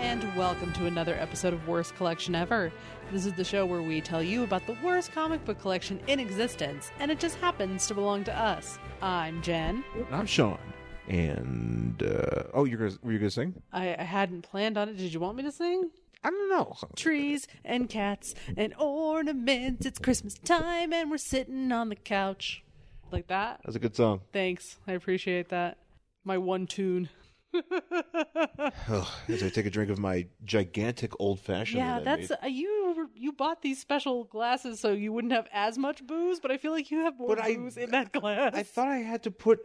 and welcome to another episode of Worst Collection Ever. This is the show where we tell you about the worst comic book collection in existence, and it just happens to belong to us. I'm Jen. And I'm Sean. And uh, oh, you're gonna were you gonna sing? I, I hadn't planned on it. Did you want me to sing? I don't know. Trees and cats and ornaments. It's Christmas time, and we're sitting on the couch. Like that? That's a good song. Thanks. I appreciate that. My one tune. Oh, as I take a drink of my gigantic old fashioned. Yeah, that's uh, you. were- You bought these special glasses so you wouldn't have as much booze, but I feel like you have more But I- booze in that glass. I thought I had to put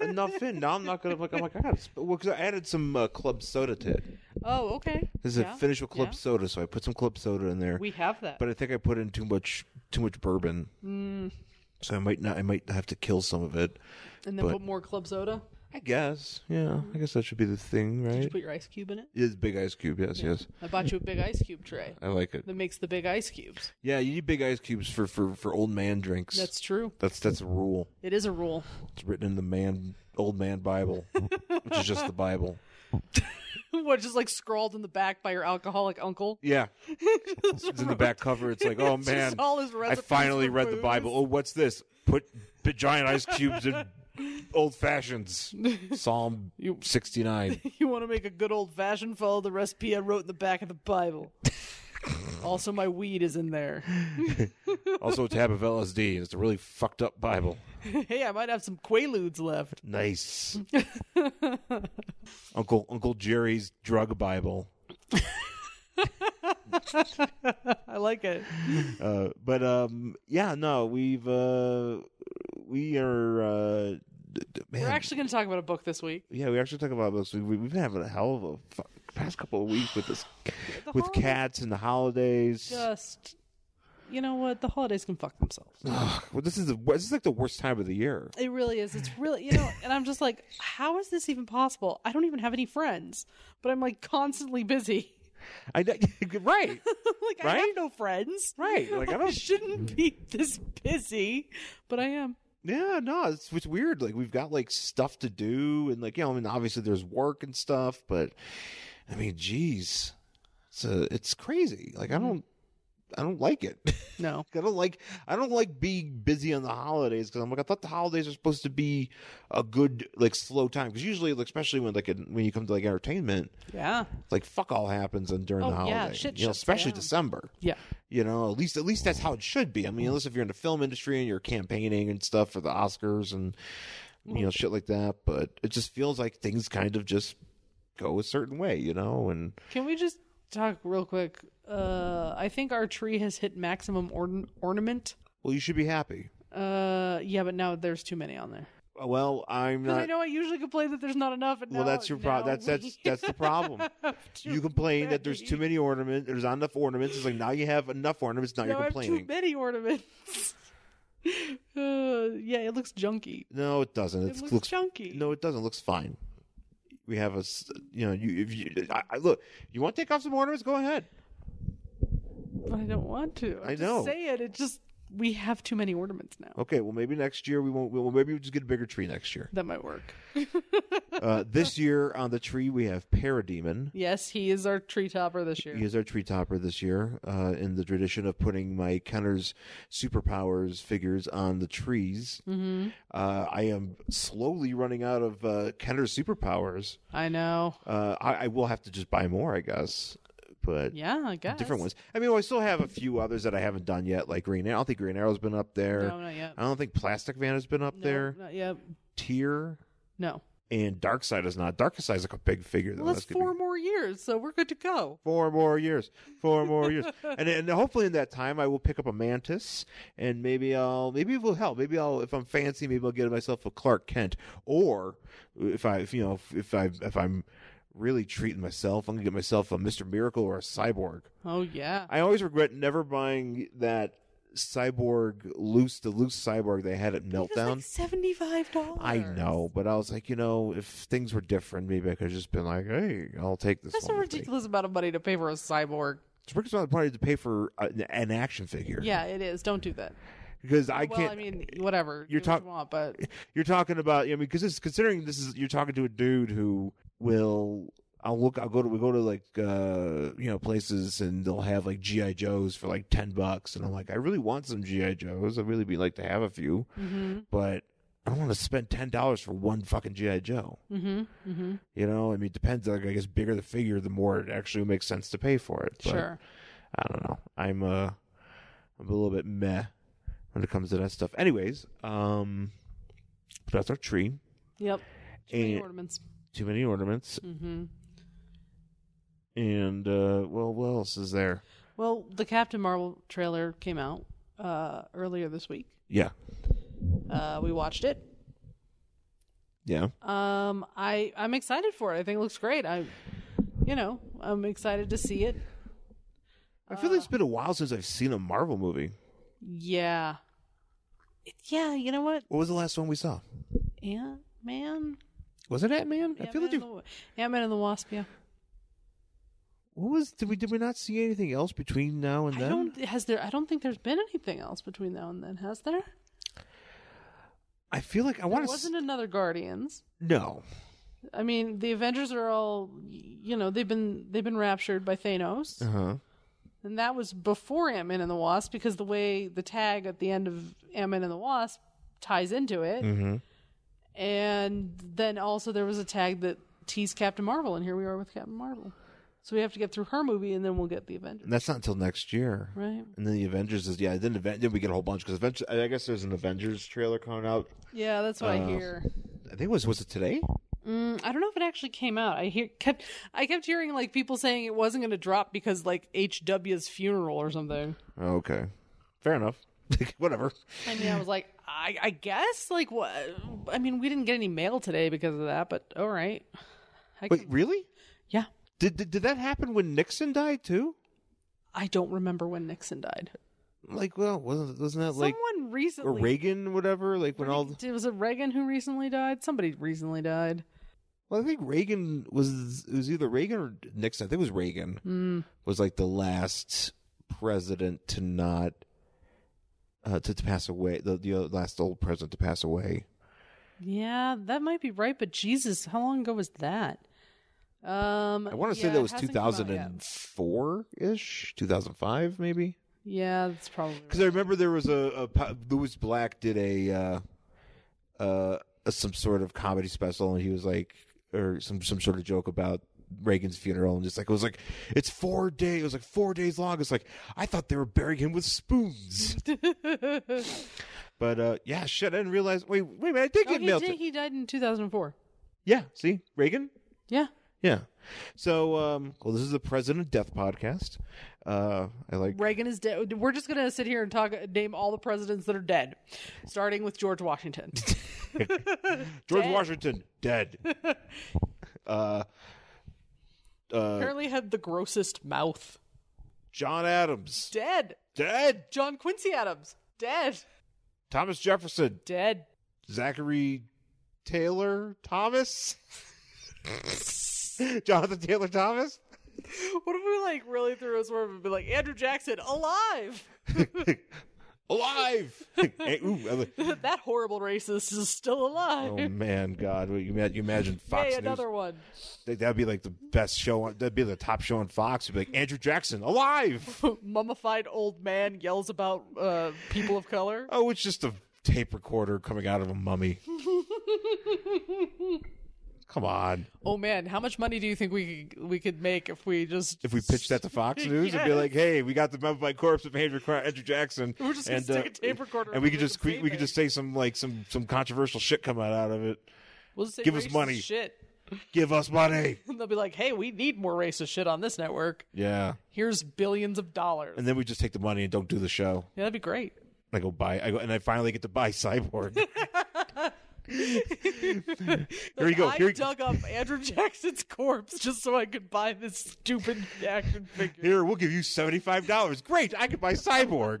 enough in. Now I'm not gonna. I'm like, oh my god! Because I added some uh, club soda to it. oh, okay. This is Yeah, a finish with club yeah. soda, so I put some club soda in there. We have that. but I think I put in too much too much bourbon. Mm. So I might not. I might have to kill some of it. and then but- put more club soda. I guess. Yeah. I guess that should be the thing, Did you right? put your ice cube in it? It is big ice cube. Yes. Yes. I bought you a big ice cube tray I like it. that makes the big ice cubes. Yeah, you need big ice cubes for for for old man drinks. That's true. That's that's a rule. It is a rule. It's written in the man old man Bible, which is just the Bible. what just like scrawled in the back by your alcoholic uncle? Yeah, it's in the back cover. It's like, oh man, just all his I recipes finally for read the booze. Bible. Oh, what's this? Put b- giant ice cubes in old fashions. Psalm sixty nine. You want to make a good old fashioned? Follow the recipe I wrote in the back of the Bible. also, my weed is in there. Also, a tab of LSD. It's a really fucked up Bible. hey, I might have some quaaludes left. Nice. Uncle Uncle Jerry's drug Bible. I like it. Uh, but um, yeah, no, we've uh, we are uh, d- d- man, We're actually going to talk about a book this week. yeah, we actually talk about books. We, we- we've been having a hell of a fu- past couple of weeks with this, with holidays. cats and the holidays. Just, you know what? The holidays can fuck themselves. Well, this is the wor- this is like the worst time of the year. It really is. It's really, you know, and I'm just like, how is this even possible? I don't even have any friends, but I'm like constantly busy. I right, like, I Right? have no friends. right. Like I I don't. shouldn't be this busy, but I am. Yeah, no, it's it's weird. Like we've got like stuff to do, and like you know, I mean, obviously there's work and stuff, but I mean, geez, it's a, it's crazy. Like Mm-hmm. I don't, I don't like it. No. I don't like I don't like being busy on the holidays because I'm like I thought the holidays are supposed to be a good like slow time because usually like, especially when like in, when you come to like entertainment Yeah. it's like fuck all happens and during Oh, the yeah, holiday shit you know shuts especially down. December Yeah. you know at least at least that's how it should be I mean unless if you're in the film industry and you're campaigning and stuff for the Oscars and you know shit like that but it just feels like things kind of just go a certain way you know and Can we just talk real quick? Uh, I think our tree has hit maximum orn ornament. well you should be happy Uh, yeah, but now there's too many on there. well I'm Because not I know I usually complain that there's not enough. And Well, now- that's your problem. now That's that's we that's the problem. have too You complain that there's many. too many ornaments. There's not enough ornaments. It's like now you have enough ornaments. Now, Now I you're have too complaining. many ornaments. uh, yeah, it looks junky. No, it doesn't. It It looks, looks, junky. no, it doesn't. It looks fine. We have a s- you know you if you I, I, look you want to take off some ornaments, go ahead. I don't want to. i I know. Say it. It just we have too many ornaments now. Okay, well maybe next year we won't. Well, maybe we'll just get a bigger tree next year. That might work. Uh, this year on the tree we have Parademon. Yes, he is our tree topper this year. He is our tree topper this year, uh, in the tradition of putting my Kenner's superpowers figures on the trees. Mm-hmm. Uh, I am slowly running out of uh, Kenner's superpowers. I know. Uh, I, I will have to just buy more, I guess. But Yeah, I guess different ones. I mean, I still have a few others that I haven't done yet, like Green Arrow. I don't think Green Arrow's been up there. No, not yet. I don't think Plastic Van has been up No, there. Not yet. Tier No. and Dark Side is not. Dark Side is like a big figure. Though. Well, that's That's gonna be- four more years, so we're good to go. Four more years. Four more years. And and hopefully in that time I will pick up a mantis and maybe I'll maybe it will help. Maybe I'll if I'm fancy, maybe I'll get myself a Clark Kent. Or if I if you know if, if I if I'm really treating myself, I'm gonna get myself a Mr. Miracle or a cyborg. Oh yeah. I always regret never buying that cyborg loose the loose cyborg they had at It was Meltdown. like seventy five dollars. I know, but I was like, you know, if things were different, maybe I could have just been like, hey, I'll take this That's a one. with me. ridiculous amount of money to pay for a cyborg. It's worth the party to pay for a, an action figure. Yeah, it is. Don't do that. because I well, can't. I mean, whatever. you're do what talk- you want, but you're talking about. I mean, because considering this is you're talking to a dude who will I'll look. I'll go to we go to like uh, you know places and they'll have like GI Joes for like ten bucks, and I'm like, I really want some GI Joes. I'd really be like to have a few, Mm-hmm. but I don't want to spend ten dollars for one fucking GI Joe. Mm-hmm. Mm-hmm. You know, I mean, it depends. Like, I guess bigger the figure, the more it actually makes sense to pay for it. But Sure. I don't know. I'm uh, I'm a little bit meh when it comes to that stuff. Anyways, um, that's our tree. Yep. Too many And- ornaments. Too many ornaments, Mm-hmm. and uh, well, what else is there? Well, the Captain Marvel trailer came out uh, earlier this week. Yeah, Uh, we watched it. yeah. Um, I I'm excited for it. I think it looks great. I, you know, I'm excited to see it. I feel like Uh. it's been a while since I've seen a Marvel movie. Yeah. It, yeah. You know what? What was the last one we saw? Ant Man. Was it Ant Man? I Ant-Man feel like and you. the- Ant-Man and the Wasp. Yeah. What was? Did we? Did we not see anything else between now and I then? don't has there. I don't think there's been anything else between now and then. Has there? I feel like I There want to. wasn't another Guardians. no. I mean, the Avengers are all, you know, they've been they've been raptured by Thanos, Uh huh. and that was before Ant Man and the Wasp because the way the tag at the end of Ant Man and the Wasp ties into it, Mm-hmm. and then also there was a tag that teased Captain Marvel, and here we are with Captain Marvel. So we have to get through her movie, and then we'll get the Avengers, And that's not until next year. right? And then the Avengers is yeah. Then Aven- then we get a whole bunch because eventually I guess there's an Avengers trailer coming out. Yeah, that's what Uh, I hear. I think it was was it today? Mm, I don't know if it actually came out. I hear kept I kept hearing like people saying it wasn't going to drop because like HW's funeral or something. Oh, Okay, fair enough. Whatever. I mean, I was like, I, I guess, like, what? I mean, we didn't get any mail today because of that, but all right. I, Wait, could- really? yeah, Did, did did that happen when Nixon died too? I don't remember when Nixon died. Like, well, wasn't wasn't that Uh, like Someone or recently. Reagan, whatever? Like when all. Did- was it Reagan who recently died? Somebody recently died. Well, I think Reagan was it was either Reagan or Nixon. I think it was Reagan Hmm. was like the last president to not uh, to, to pass away. The the uh, last old president to pass away. Yeah, that might be right, but Jesus, how long ago was that? Um, I want to yeah, say that it was hasn't come out yet. 2004 ish, 2005 maybe. Yeah, that's probably. Because I remember there was a, a po- Louis Black did a, uh, uh, a- some sort of comedy special, and he was like, or some some sort of joke about Reagan's funeral, and just like it was like, it's four day, it was like four days long. It's like I thought they were burying him with spoons, right. but uh, yeah, shit, I didn't realize. Wait, wait a minute, I did oh, get he, mailed. did, to- he died in 2004. yeah, see Reagan. Yeah. Yeah. So, um, well, this is the President Death podcast. Uh, I like Reagan is dead. We're just gonna sit here and talk, name all the presidents that are dead, starting with George Washington. George Dead. Washington dead. uh, uh, Apparently had the grossest mouth. John Adams Dead. dead. John Quincy Adams. Dead. Thomas Jefferson, Dead. Zachary Taylor Thomas, Jonathan Taylor Thomas, What if we like really threw us word and be like Andrew Jackson alive? alive. Hey, ooh, I like- that horrible racist is still alive. oh man, God! what You, ma- you imagine Fox Yay, News? another one. That- That'd be like the best show. On, that'd be the top show on Fox. It'd be like Andrew Jackson alive. Mummified old man yells about uh, people of color. Oh, it's just a tape recorder coming out of a mummy. Come on. Oh man, how much money do you think we could, we could make if we just If we pitched that to Fox News, it'd be Yes. like, "Hey, we got the mummified corpse of Andrew, Cra- Andrew Jackson, We're just gonna and, uh, stick a tape recorder and we up could there just and we, save we could it. just say some like some some controversial shit come out out of it. We'll just say Give us racist money. Shit. Give us money, And they'll be like, hey, we need more racist shit on this network. yeah." Here's billions of dollars. And then we just take the money and don't do the show. yeah, that'd be great. I go buy, I go, and I finally get to buy Cyborg. Here you go. I Here, dug up Andrew Jackson's corpse just so I could buy this stupid action figure. here, we'll give you seventy five dollars. Great, I could buy Cyborg.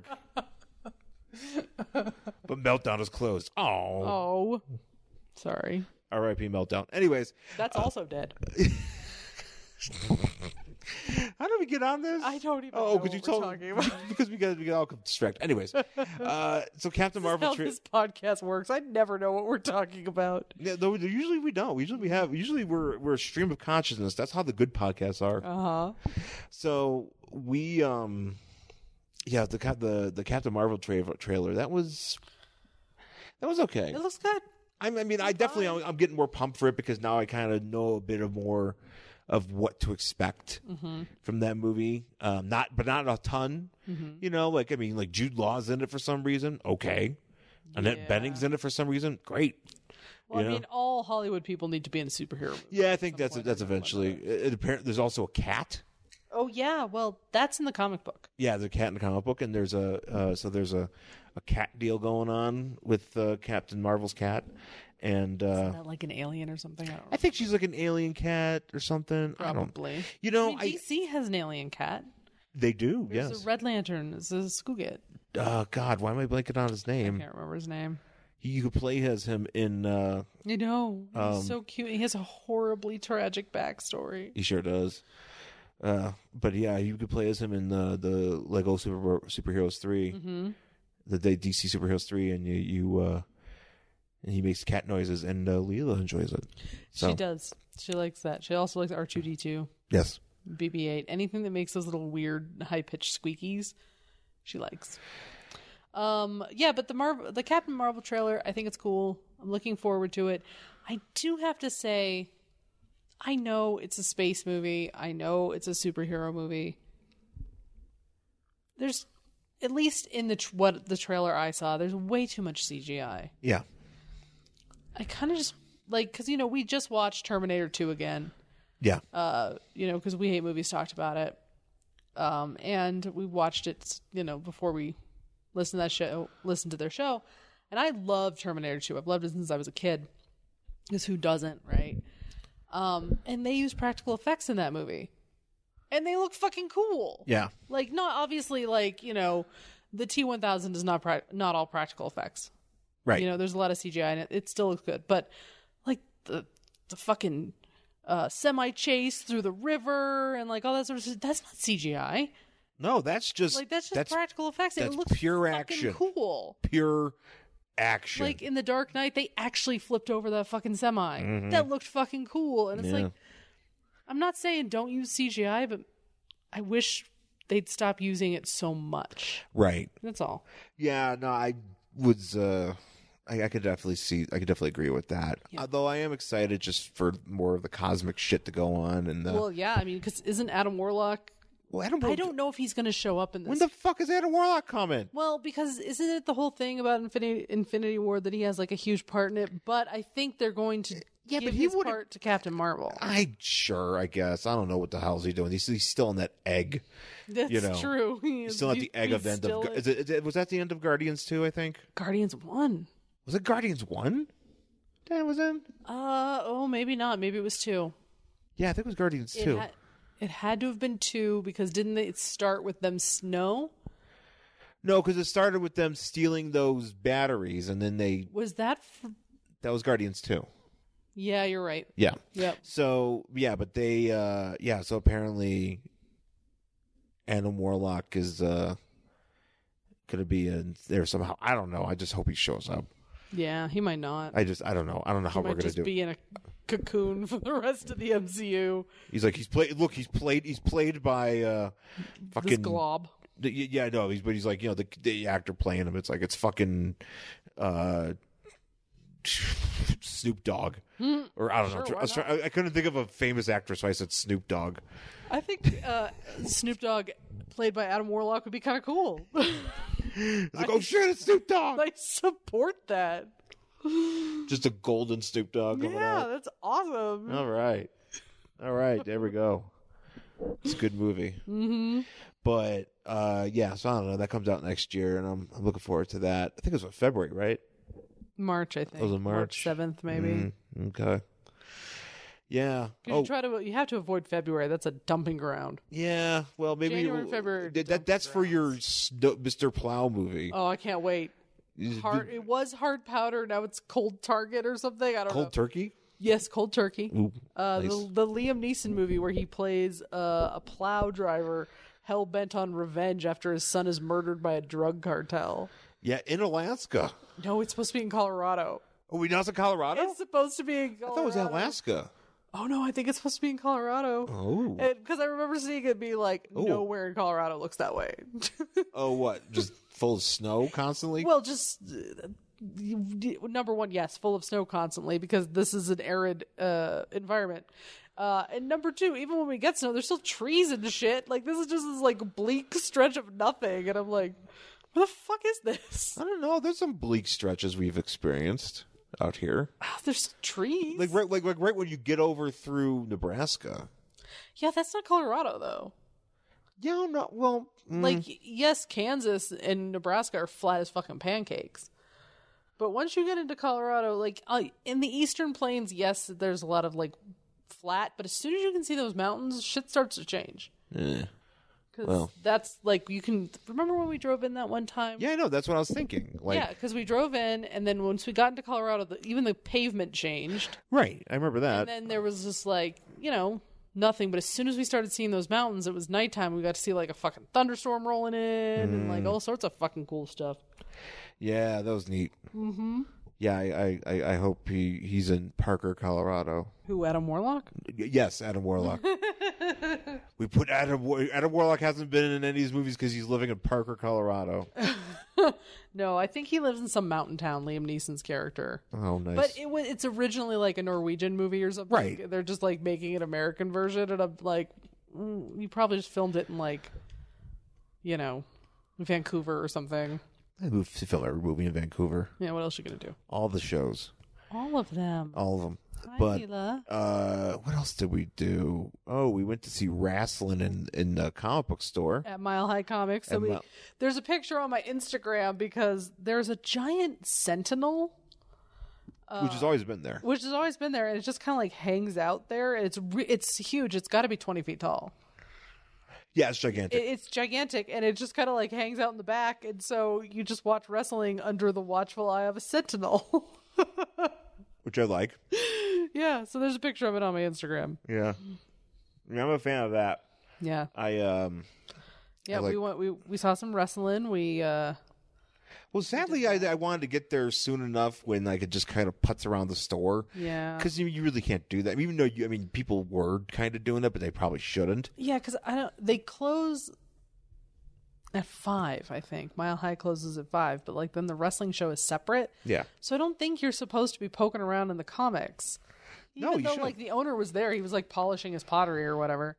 but Meltdown is closed. Oh, Oh. Sorry. R.I.P. Uh, Meltdown. Anyways, That's also dead. How do we get on this? I don't even Oh, know could you what tell? we're talking about. because we got we got all distracted. Anyways, uh, so Captain Marvel. how tra- this podcast works. I never know what we're talking about. Yeah, though usually we don't. Usually we have. Usually we're we're a stream of consciousness. That's how the good podcasts are. Uh huh. So we um, yeah, the Cap- the the Captain Marvel tra- trailer that was that was okay. It looks good. I I mean, I definitely I'm, I'm getting more pumped for it because now I kind of know a bit of more of what to expect from that movie. Um, not but not a ton. You know, like I mean, like Jude Law's in it for some reason. Okay, Annette Yeah. Benning's in it for some reason. Great. Well, Yeah. I mean, all Hollywood people need to be in a superhero movie. Yeah, I think that's point that's or another. eventually. It, it apparent there's also a cat. Oh yeah, well that's in the comic book. Yeah, there's a cat in the comic book, and there's a uh, so there's a, a cat deal going on with uh, Captain Marvel's cat, and Is uh, that like an alien or something? I don't I know. think she's like an alien cat or something. I don't. Probably. You know, I mean, DC has an alien cat. They do, There's yes. a Red Lantern. There's a Skugit. uh, God, why am I blanking on his I name? can't remember his name. He You could play as him in. uh You know, he's so cute. He has a horribly tragic backstory. He sure does. Uh, but yeah, you could play as him in the the Lego Super Superheroes 3 Mm-hmm. the, the DC Superheroes three, and you you uh, and he makes cat noises, and uh, Leela enjoys it. So She does. She likes that. She also likes R two D two, yes, BB eight, anything that makes those little weird high pitched squeakies. She likes. Um, yeah, but the Marvel, the Captain Marvel trailer, I think it's cool. I'm looking forward to it. I do have to say, I know it's a space movie. I know it's a superhero movie. There's, at least in the tr- what the trailer I saw, there's way too much CGI. yeah, I kind of just like because you know we just watched Terminator Two again. yeah, Uh, you know because we hate movies talked about it, um, and we watched it. You know before we listened to that show, listened to their show, and I love Terminator Two. I've loved it since I was a kid. Because who doesn't, right? Um, and they use practical effects in that movie, and they look fucking cool. yeah, Like not obviously like you know, the T one thousand is not prac not all practical effects. right, You know, there's a lot of CGI in it. It still looks good, but like the the fucking uh, semi chase through the river and like all that sort of stuff. That's not CGI. no, that's just Like that's just practical effects. that's it looks pure fucking action. cool. pure action. Like in the Dark Knight, they actually flipped over that fucking semi. That looked fucking cool. And it's Mm-hmm. Yeah. like, I'm not saying don't use CGI, but I wish they'd stop using it so much. right. That's all. Yeah, no, I was. Uh, I, I could definitely see. I could definitely agree with that. Although I am excited just for more of the cosmic shit to go on and the. Well, Well, yeah, I mean, because isn't Adam Warlock? Adam. I don't know if he's going to show up in this. When the fuck is Adam Warlock coming? Well, because isn't it the whole thing about Infinity Infinity War that he has like a huge part in it? But I think they're going to yeah, give but he his would've- part to Captain Marvel. I sure. I guess I don't know what the hell's he doing. He's, he's still in that egg. That's know, true. He He's is- still at he- the egg he's of the end still of. in Is it, is it, was that the end of Guardians two? I think Guardians One. was it Guardians one. That was in. Uh oh, maybe not. Maybe it was two. Yeah, I think it was Guardians It two. had- it had to have been two because didn't it start with them snow? No, because it started with them stealing those batteries, and then they Was that? F- that was Guardians two. yeah, you're right. Yeah. Yep. So yeah, but they uh yeah, so apparently Adam Warlock is uh gonna be in there somehow. I don't know. I just hope he shows up. Yeah, he might not. I just I don't know. I don't know how he we're might gonna just do it. be in a cocoon for the rest of the MCU. He's like he's played look, he's played he's played by uh This fucking glob. the- y- yeah, no, he's but he's like, you know, the the actor playing him, it's like it's fucking uh Snoop Dogg, or I don't know. Hmm. Sure, I, was why trying, I, I couldn't think of a famous actor, so I said Snoop Dogg. I think uh, Snoop Dogg, played by Adam Warlock, would be kind of cool. It's like, oh shit, it's Snoop Dogg. I support that. Just a golden Snoop Dogg coming Yeah, out. Oh. that's awesome. All right. All right. There we go. It's a good movie. Mm-hmm. But uh, yeah, so I don't know. That comes out next year, and I'm, I'm looking forward to that. I think it was what, February, right? March, I think. was in March. seventh, maybe. Okay. Yeah. 'Cause Oh, You try to you have to avoid February. That's a dumping ground. yeah. Well, maybe January and February are That, that- that's for your Sno- Mr. Plow movie. Oh, I can't wait. Hard. It was hard powder. Now it's cold target or something. I don't Cold know. Turkey. Yes, Cold Turkey. Ooh, Uh, nice. the, the Liam Neeson movie where he plays uh, a plow driver hell bent on revenge after his son is murdered by a drug cartel. Yeah, in Alaska. No, it's supposed to be in Colorado. Are we now in Colorado? It's supposed to be in I Colorado. thought it was Alaska. Oh no, I think it's supposed to be in Colorado. Oh. Because I remember seeing it be like, Ooh. nowhere in Colorado looks that way. Oh, what? Just full of snow constantly? well, just uh, you- number one, yes, full of snow constantly because this is an arid uh, environment. Uh, and number two, even when we get snow, there's still trees and shit. Like this is just this like bleak stretch of nothing, and I'm like, what the fuck is this? I don't know. There's some bleak stretches we've experienced out here. there's still trees. Like right, like, like right when you get over through Nebraska. yeah, that's not Colorado though. Yeah, no, well, mm, Like, yes, Kansas and Nebraska are flat as fucking pancakes. But once you get into Colorado, like uh, in the eastern plains, yes, there's a lot of like flat, but as soon as you can see those mountains, shit starts to change. eh. Because Well. that's like, you can remember when we drove in that one time? yeah, I know. That's what I was thinking. Like, yeah, because we drove in, and then once we got into Colorado, the, even the pavement changed. right. I remember that. And then there was just like, you know, nothing. But as soon as we started seeing those mountains, it was nighttime. We got to see like a fucking thunderstorm rolling in and Mm. like all sorts of fucking cool stuff. yeah, that was neat. Mm-hmm. Yeah, I, I, I- I hope he, he's in Parker, Colorado. Who Adam Warlock? Y- Yes, Adam Warlock. we put Adam. War- Adam Warlock hasn't been in any of these movies because he's living in Parker, Colorado. No, I think he lives in some mountain town. Liam Neeson's character, Oh, nice. but it was it's originally like a Norwegian movie or something. Right. They're just like making an American version, and I'm like, mm, you probably just filmed it in like, you know, Vancouver or something. I moved to film every movie in Vancouver. Yeah, what else you gonna do? All the shows, All of them. all of them. Oh, but uh, what else did we do? Oh, we went to see wrestling in in the comic book store. at Mile High Comics. So At we, Mile- there's a picture on my Instagram because there's a giant sentinel, which Uh, has always been there. which has always been there, and it just kind of like hangs out there. And it's re- it's huge. It's got to be 20 feet tall. Yeah, it's It, gigantic. it's gigantic, and it just kind of like hangs out in the back. And so you just watch wrestling under the watchful eye of a sentinel. which I like. yeah. So there's a picture of it on my Instagram. Yeah. yeah, I'm a fan of that. Yeah. I um. Yeah. we like- went. We we saw some wrestling. We uh Well, sadly, I, I wanted to get there soon enough when I could just kind of putz around the store. yeah. Because you, you really can't do that. I mean, even though you, I mean, people were kind of doing that, but they probably shouldn't. Yeah, because I don't. They close at five, I think. Mile High closes at five, but like then the wrestling show is separate, Yeah. so I don't think you're supposed to be poking around in the comics. No, Even you though shouldn't. like the owner was there, he was like polishing his pottery or whatever.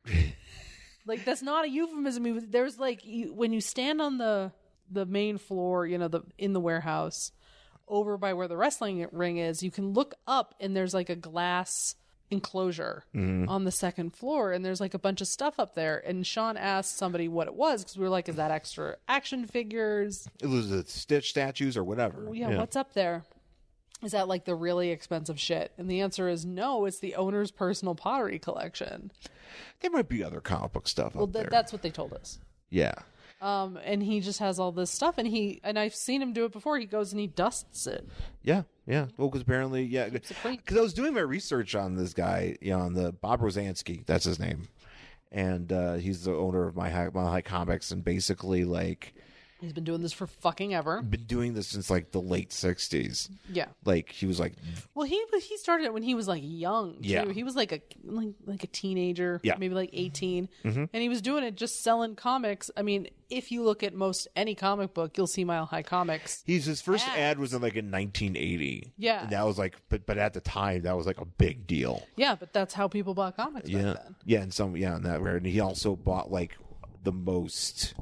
like that's not a euphemism. He was- There's like you, when you stand on the the main floor, you know, the in the warehouse over by where the wrestling ring is, you can look up and there's like a glass enclosure Mm-hmm. on the second floor and there's like a bunch of stuff up there and Sean asked somebody what it was cuz we were like is that extra action figures It was the Stitch statues or whatever. yeah, what's up there? Is that like the really expensive shit? And the answer is no, it's the owner's personal pottery collection. There might be other comic book stuff Well, up th- there. that's what they told us. yeah. Um, and he just has all this stuff, and he and I've seen him do it before. He goes and he dusts it. Yeah. Yeah. Well, because apparently, yeah. clean. Because I was doing my research on this guy, you know, on the Bob Rosansky. That's his name. And uh, he's the owner of My High, My High Comics and basically, like, He's been doing this for fucking ever. been doing this since, like, the late 60s. Yeah. Like, he was like, Well, he but he started it when he was like young. Too. Yeah. He was like a like, like a teenager. Yeah. Mm-hmm. Maybe like 18 and he was doing it just selling comics. I mean, if you look at most any comic book, you'll see Mile High Comics. He's his first Ads. ad was in like in 1980. Yeah. and that was like, but but at the time that was like a big deal. Yeah, but that's how people bought comics Yeah, back then. yeah, and some yeah, in that regard. And he also bought like the most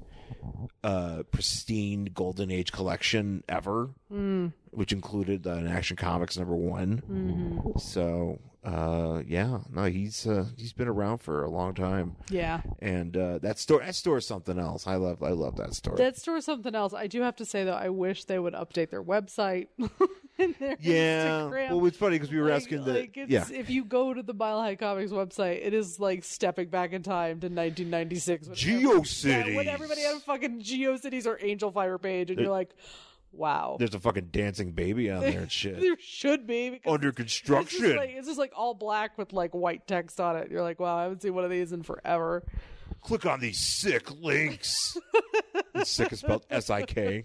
uh pristine golden age collection ever, Hmm. which included uh, an Action Comics number one. Mm-hmm. So uh yeah, no, he's uh, he's been around for a long time. Yeah. And uh, that store, that store is something else. I love, I love that store. That store is something else. I do have to say though, I wish they would update their website. and their yeah, Instagram. well, it's funny because we were Like- asking the like, it's- yeah, If you go to the Mile High Comics website, it is like stepping back in time to 1996. when every- GeoCities. Yeah, when everybody had a fucking GeoCities or Angel Fire page, and you're like, Wow. There's a fucking dancing baby on there and shit. There should be because Under it's just, construction. like, it's just like all black with like white text on it. You're like, wow, I haven't seen one of these in forever. Click on these sick links. sick is spelled S I K.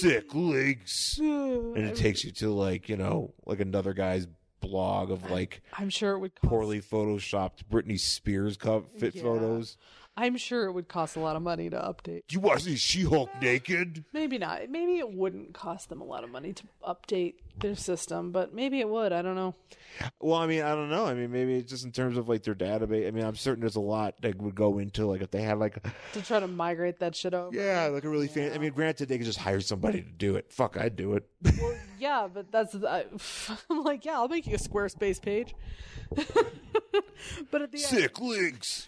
Sick links. And it I'm takes you to like, you know, like another guy's blog of like sure it would cost. poorly photoshopped Britney Spears co- fit Yeah. photos. I'm sure it would cost a lot of money to update. Do you want to see She Hulk naked? Maybe not. Maybe it wouldn't cost them a lot of money to update their system, but maybe it would. I don't know. Well, I mean, I don't know. I mean, maybe it's just in terms of like their database. I mean, I'm certain there's a lot that would go into like if they had like, To try to migrate that shit over. yeah, like a really fan. I mean, granted, they could just hire somebody to do it. Fuck, I'd do it. Well, yeah, but that's the- I, I'm like, yeah, I'll make you a Squarespace page. but at the end, Sick links.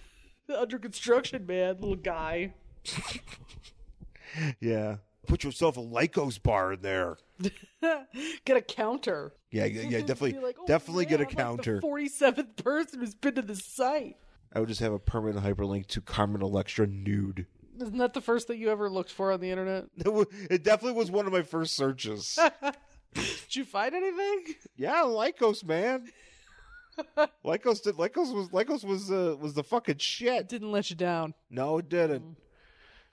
under construction, man, little guy. Yeah. Put yourself a Lycos bar in there. Get a counter. Yeah, yeah, yeah definitely, Be like, "Oh, definitely yeah, get a I'm like the counter. 47th person who's been to the site. I would just have a permanent hyperlink to Carmen Electra nude. Isn't that the first thing you ever looked for on the internet? It wa- it definitely was one of my first searches. Did you find anything? yeah, Lycos, man. Lycos did. Lycos was Lycos was uh, was the fucking shit. Didn't let you down. No, it Mm-hmm. didn't.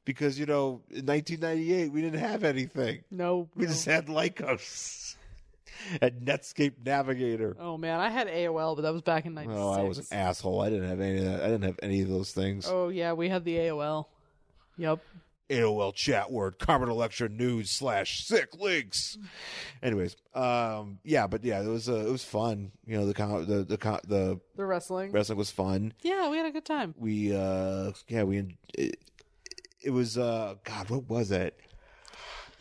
Because you know, in 1998, we didn't have anything. No. We no. just had Lycos and Netscape Navigator. Oh man, I had AOL, but that was back in '96. Oh, I was an asshole. I didn't have any. Of that. I didn't have any of those things. Oh yeah, we had the AOL. Yep. AOL chat word, Carmen Electra news slash sick links. Anyways, um, yeah, but yeah, it was uh, it was fun. You know, the con- the the con- the The wrestling. wrestling was fun. yeah, we had a good time. We uh, yeah, we it, it was uh, God, what was it?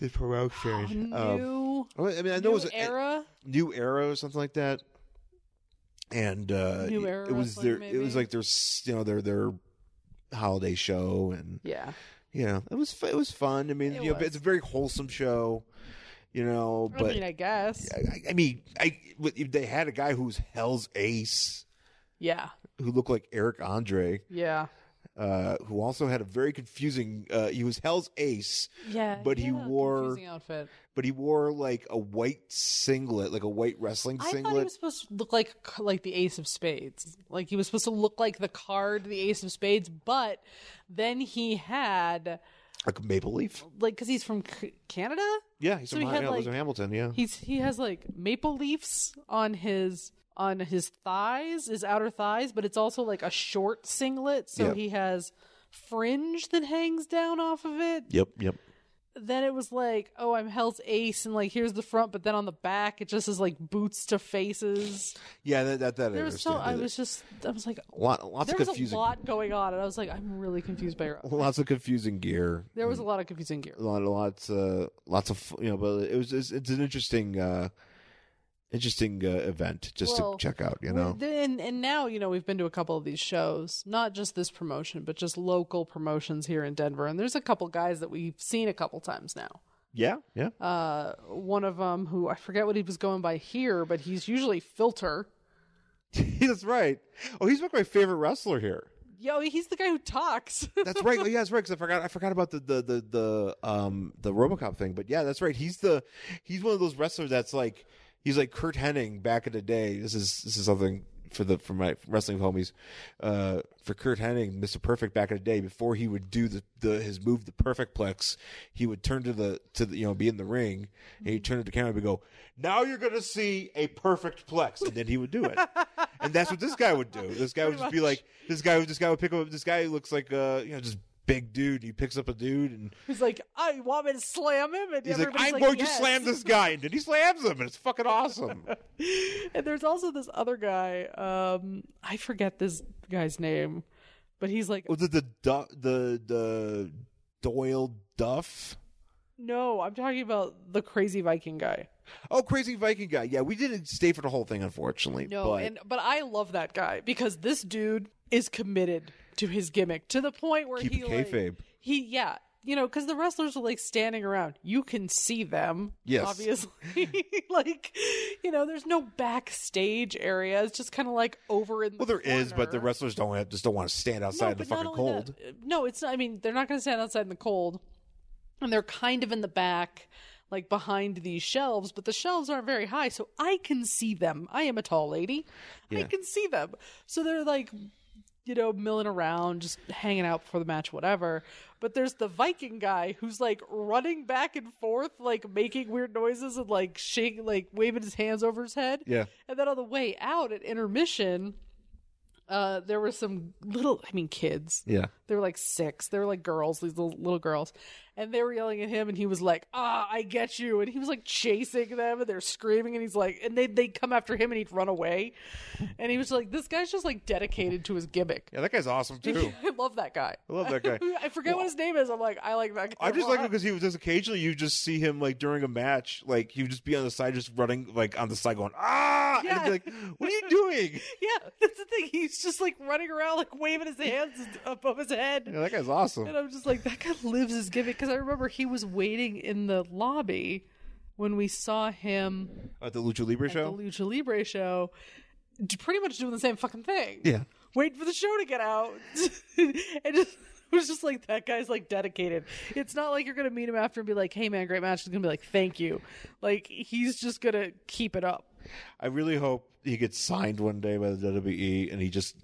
The promotion. Um, new I mean, I know new it was a- era. new era or something like that and uh New it- Era it was their Wrestling, it was maybe? like their s- you know their their holiday show and yeah. you know it was fu- it was fun i mean It you know, was. it's a very wholesome show you know but I mean, I guess. I, I, I mean i but if they had a guy who's hell's ace Yeah. who looked like eric andre Yeah. uh who also had a very confusing uh he was hell's ace Yeah. But he yeah, wore- confusing outfit. but he wore like a white singlet like a white wrestling I singlet thought he was supposed to look like like the Ace of Spades. Like he was supposed to look like the card, the Ace of Spades. But then he had like a maple leaf like because he's from C- Canada. yeah he's So from, he Ham- had, yeah, he's like- from hamilton yeah He's he has like maple leaves on his on his thighs, his outer thighs, but it's also like a short singlet, so Yep. he has fringe that hangs down off of it. Yep, yep. Then it was like, oh, I'm Hell's Ace, and like here's the front, but then on the back it just is like boots to faces. Yeah, that that, that I There was so understand. I There- was just I was like, lot, lots there of was confusing, a lot going on, and I was like, I'm really confused by your. lots of confusing gear. There was a lot of confusing gear. a lot, lots, uh, lots of you know. But it was it's, it's an interesting, uh interesting uh, event just Well, to check out. You Well, know, th- And and now you know we've been to a couple of these shows, not just this promotion, but just local promotions here in Denver. And there's a couple guys that we've seen a couple times now. yeah, yeah. Uh, one of them who I forget what he was going by here, but he's usually Filter. that's right. Oh, he's like my favorite wrestler here. Yo, he's the guy who talks. That's right. Oh, yeah, that's right. Because I forgot, I forgot about the, the the the um the RoboCop thing. But yeah, that's right. He's the he's one of those wrestlers that's like he's like Kurt Henning back in the day. This is this is something for the for my wrestling homies. Uh, for Kurt Henning, Mister Perfect back in the day, before he would do the, the his move, the Perfect Plex, he would turn to the to the you know be in the ring and he'd turn to the camera and go, "Now you're gonna see a Perfect Plex," and then he would do it. and that's what this guy would do. This guy would just be like, this guy, this guy would pick up. This guy looks like uh, you know, just big dude. He picks up a dude and he's like, I want me to slam him, and he's like, everybody's I'm going "Yes." to slam this guy, and then he slams him, and it's fucking awesome. and there's also this other guy. Um, I forget this guy's name, but he's like, Was it the Du- the the Doyle Duff? no, I'm talking about the crazy Viking guy. Oh, crazy Viking guy. Yeah, we didn't stay for the whole thing, unfortunately. No, but and but I love that guy because this dude is committed to his gimmick to the point where Keep he it like, kayfabe. he yeah you know because the wrestlers are like standing around you can see them Yes. obviously like you know there's no backstage area it's just kind of like over in the well, there is, but the corner. wrestlers don't have, just don't want to stand outside in the but fucking not cold. only that- no, it's not. I mean, they're not going to stand outside in the cold. and they're kind of in the back like behind these shelves but the shelves aren't very high so i can see them i am a tall lady i Yeah. can see them so they're like you know milling around just hanging out before the match whatever but there's the viking guy who's like running back and forth like making weird noises and like shaking like waving his hands over his head Yeah. and then on the way out at intermission uh there were some little i mean kids Yeah. they were like six. They were like girls, these little, little girls. And they were yelling at him, and he was like, ah, I get you. And he was like chasing them, and they're screaming, and he's like, and they they come after him, and he'd run away. And he was like, this guy's just like dedicated to his gimmick. Yeah, that guy's awesome too. I love that guy. I love that guy. I forget what his name is. I'm like, I like that guy. I just a like him lot. because he was just occasionally you just see him like during a match, like he would just be on the side, just running like on the side, going ah, and Yeah. it'd be like, what are you doing? yeah, that's the thing. He's just like running around, like waving his hands above his head. Yeah, that guy's awesome. And I'm just like, that guy lives his gimmick. Because I remember he was waiting in the lobby when we saw him At the Lucha Libre at show. the Lucha Libre show, d- pretty much doing the same fucking thing. yeah. Waiting for the show to get out. and just, it was just like, that guy's like dedicated. It's not like you're going to meet him after and be like, hey man, great match. He's going to be like, thank you. Like, he's just going to keep it up. I really hope he gets signed one day by the WWE and he just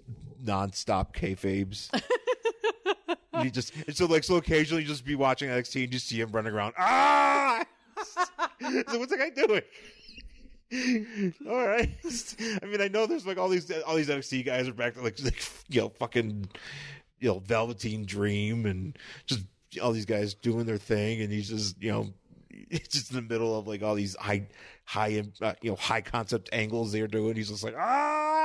nonstop kayfabes. he just and so like so occasionally you just be watching NXT and you see him running around. Ah! so what's the guy doing? all right. I mean, I know there's like all these all these NXT guys are back to like, like you know fucking you know Velveteen Dream and just all these guys doing their thing and he's just you know it's just in the middle of like all these high high uh, you know high concept angles they're doing. He's just like ah.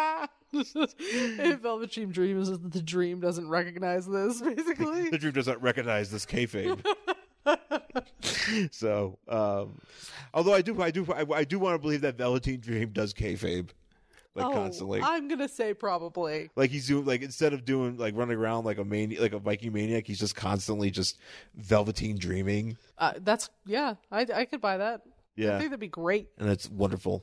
and Velvet Dream Dream is that the dream doesn't recognize this, basically. the dream doesn't recognize this kayfabe. so, um, although I do, I do, I, I do want to believe that Velveteen Dream does kayfabe like Oh, constantly. I'm going to say probably. like he's doing, like instead of doing like running around like a mani- like a Viking maniac, he's just constantly just Velveteen dreaming. Uh, that's, yeah, I, I could buy that. I Yeah, think that'd be great. and that's wonderful.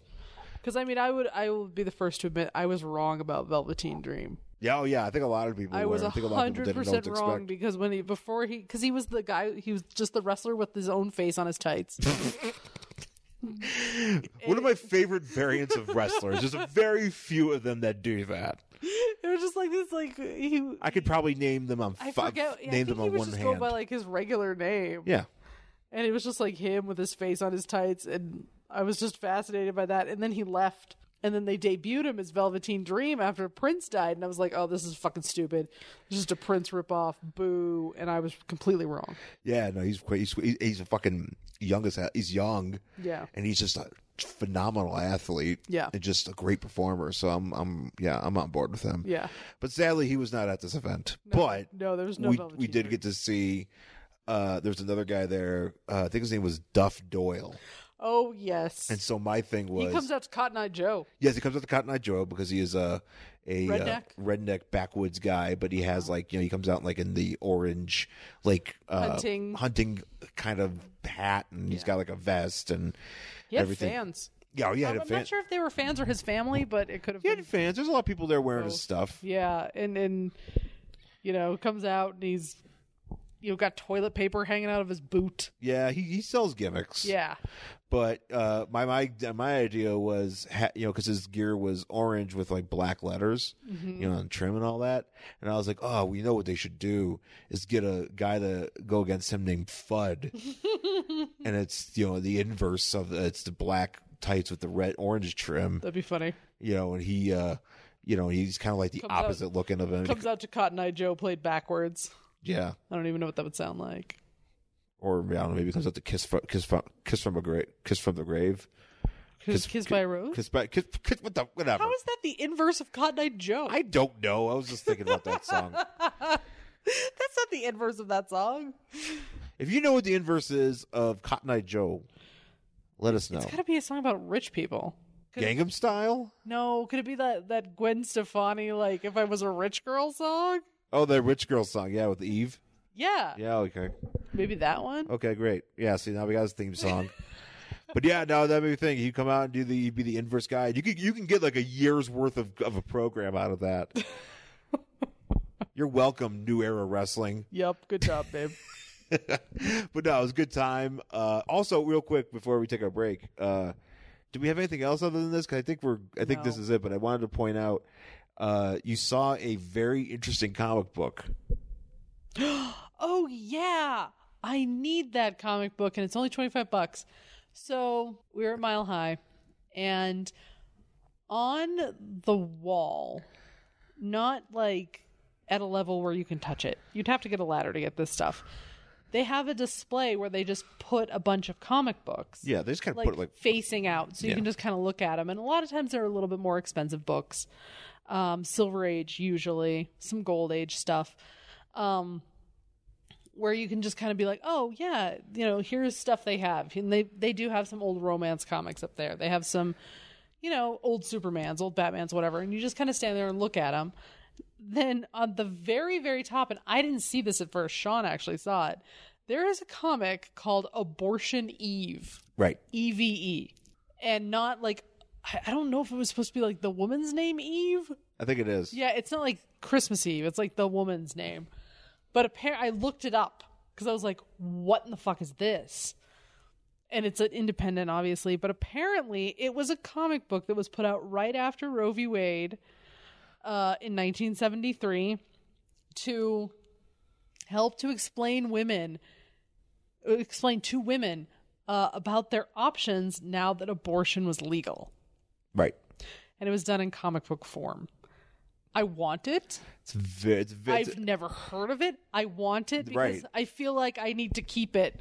Because I mean, I would I would be the first to admit I was wrong about Velveteen Dream. Yeah, oh yeah, I think a lot of people. I were. was I think a lot of hundred people didn't know what percent to wrong expect. because when he before he because he was the guy he was just the wrestler with his own face on his tights. One of my favorite variants of wrestlers. There's a very few of them that do that. it was just like this, like he. I could probably name them on I fi- forget. yeah, I name think them he on was one just hand. going by like his regular name, yeah. and it was just like him with his face on his tights, and I was just fascinated by that. And then he left, and then they debuted him as Velveteen Dream after Prince died, and I was like, oh, this is fucking stupid. It's just a Prince ripoff, boo! And I was completely wrong. Yeah, no, he's quite, he's he's a fucking youngest. He's young, Yeah. and he's just a phenomenal athlete. Yeah. and just a great performer. So I'm I'm yeah I'm on board with him. Yeah. but sadly he was not at this event. but No, there was no we Velveteen we did Dream. get to see. Uh, there was another guy there. Uh, I think his name was Duff Doyle. Oh yes. And so my thing was he comes out to Cotton Eye Joe. Yes, he comes with the Cotton Eye Joe because he is a a uh, Redneck? redneck backwoods guy, but he has like you know he comes out like in the orange like uh, Hunting. hunting kind of hat, and he's got like a vest and He had everything. fans. Yeah, oh, he had I'm a fan. not sure if they were fans or his family, but it could have He been. had fans. There's a lot of people there wearing his Both. stuff. Yeah, and and you know comes out and he's you know got toilet paper hanging out of his boot. Yeah, he, he sells gimmicks. Yeah, but uh, my my my idea was ha- you know because his gear was orange with like black letters, Mm-hmm. you know, and trim and all that. And I was like, oh, we know what they should do is get a guy to go against him named Fudd, and it's you know the inverse of it's the black tights with the red orange trim, that'd be funny. you know, and he. uh you know, he's kind of like the Comes out- opposite looking of him. Comes out to Cotton Eye Joe played backwards. yeah, I don't even know what that would sound like. or I don't know, maybe it comes out to kiss from kiss from kiss from a grave, kiss from the grave, Kiss, Kiss- kiss by a rose. kiss by kiss, kiss what the whatever. How is that the inverse of Cotton Eye Joe? I don't know. I was just thinking about that song. That's not the inverse of that song. If you know what the inverse is of Cotton Eye Joe, let us know. It's got to be a song about rich people. Gangnam Style? No, could it be that that Gwen Stefani like if I was a rich girl song? Oh, the rich girl song. Yeah, with Eve. Yeah, Yeah, okay. maybe that one. Okay, great. Yeah, see now we got his theme song. but yeah, no, that be the thing. You come out and do the you be the inverse guy. You can you can get like a year's worth of of a program out of that. You're welcome, New Era Wrestling. Yep, good job, babe. but no, it was a good time. Uh, also, real quick before we take our break, uh, do we have anything else other than this? Because I think we're, I think this No. is it. But I wanted to point out, uh, you saw a very interesting comic book. Oh yeah, I need that comic book, and it's only twenty five bucks. So we were at Mile High, and on the wall, not like at a level where you can touch it. You'd have to get a ladder to get this stuff. They have a display where they just put a bunch of comic books Yeah, they just kind of like, put it like facing out, so you Yeah. can just kind of look at them. And a lot of times they're a little bit more expensive books, um, Silver Age usually, some Gold Age stuff, um, where you can just kind of be like, oh yeah, you know, here's stuff they have, and they they do have some old romance comics up there. They have some, you know, old Supermans, old Batmans, whatever, and you just kind of stand there and look at them. Then on the very very top, and I didn't see this at first. Sean actually saw it. There is a comic called Abortion Eve. right. Eve, E and not like I I don't know if it was supposed to be like the woman's name Eve. I think it is. Yeah, it's not like Christmas Eve. It's like the woman's name. But apparently, I looked it up because I was like, "What in the fuck is this?" And it's an independent, obviously, but apparently it was a comic book that was put out right after Roe v. Wade uh, in 1973 to help to explain women, explain to women uh, about their options now that abortion was legal, Right. and it was done in comic book form. I want it. It's very, it's very, I've never heard of it. I want it because Right. I feel like I need to keep it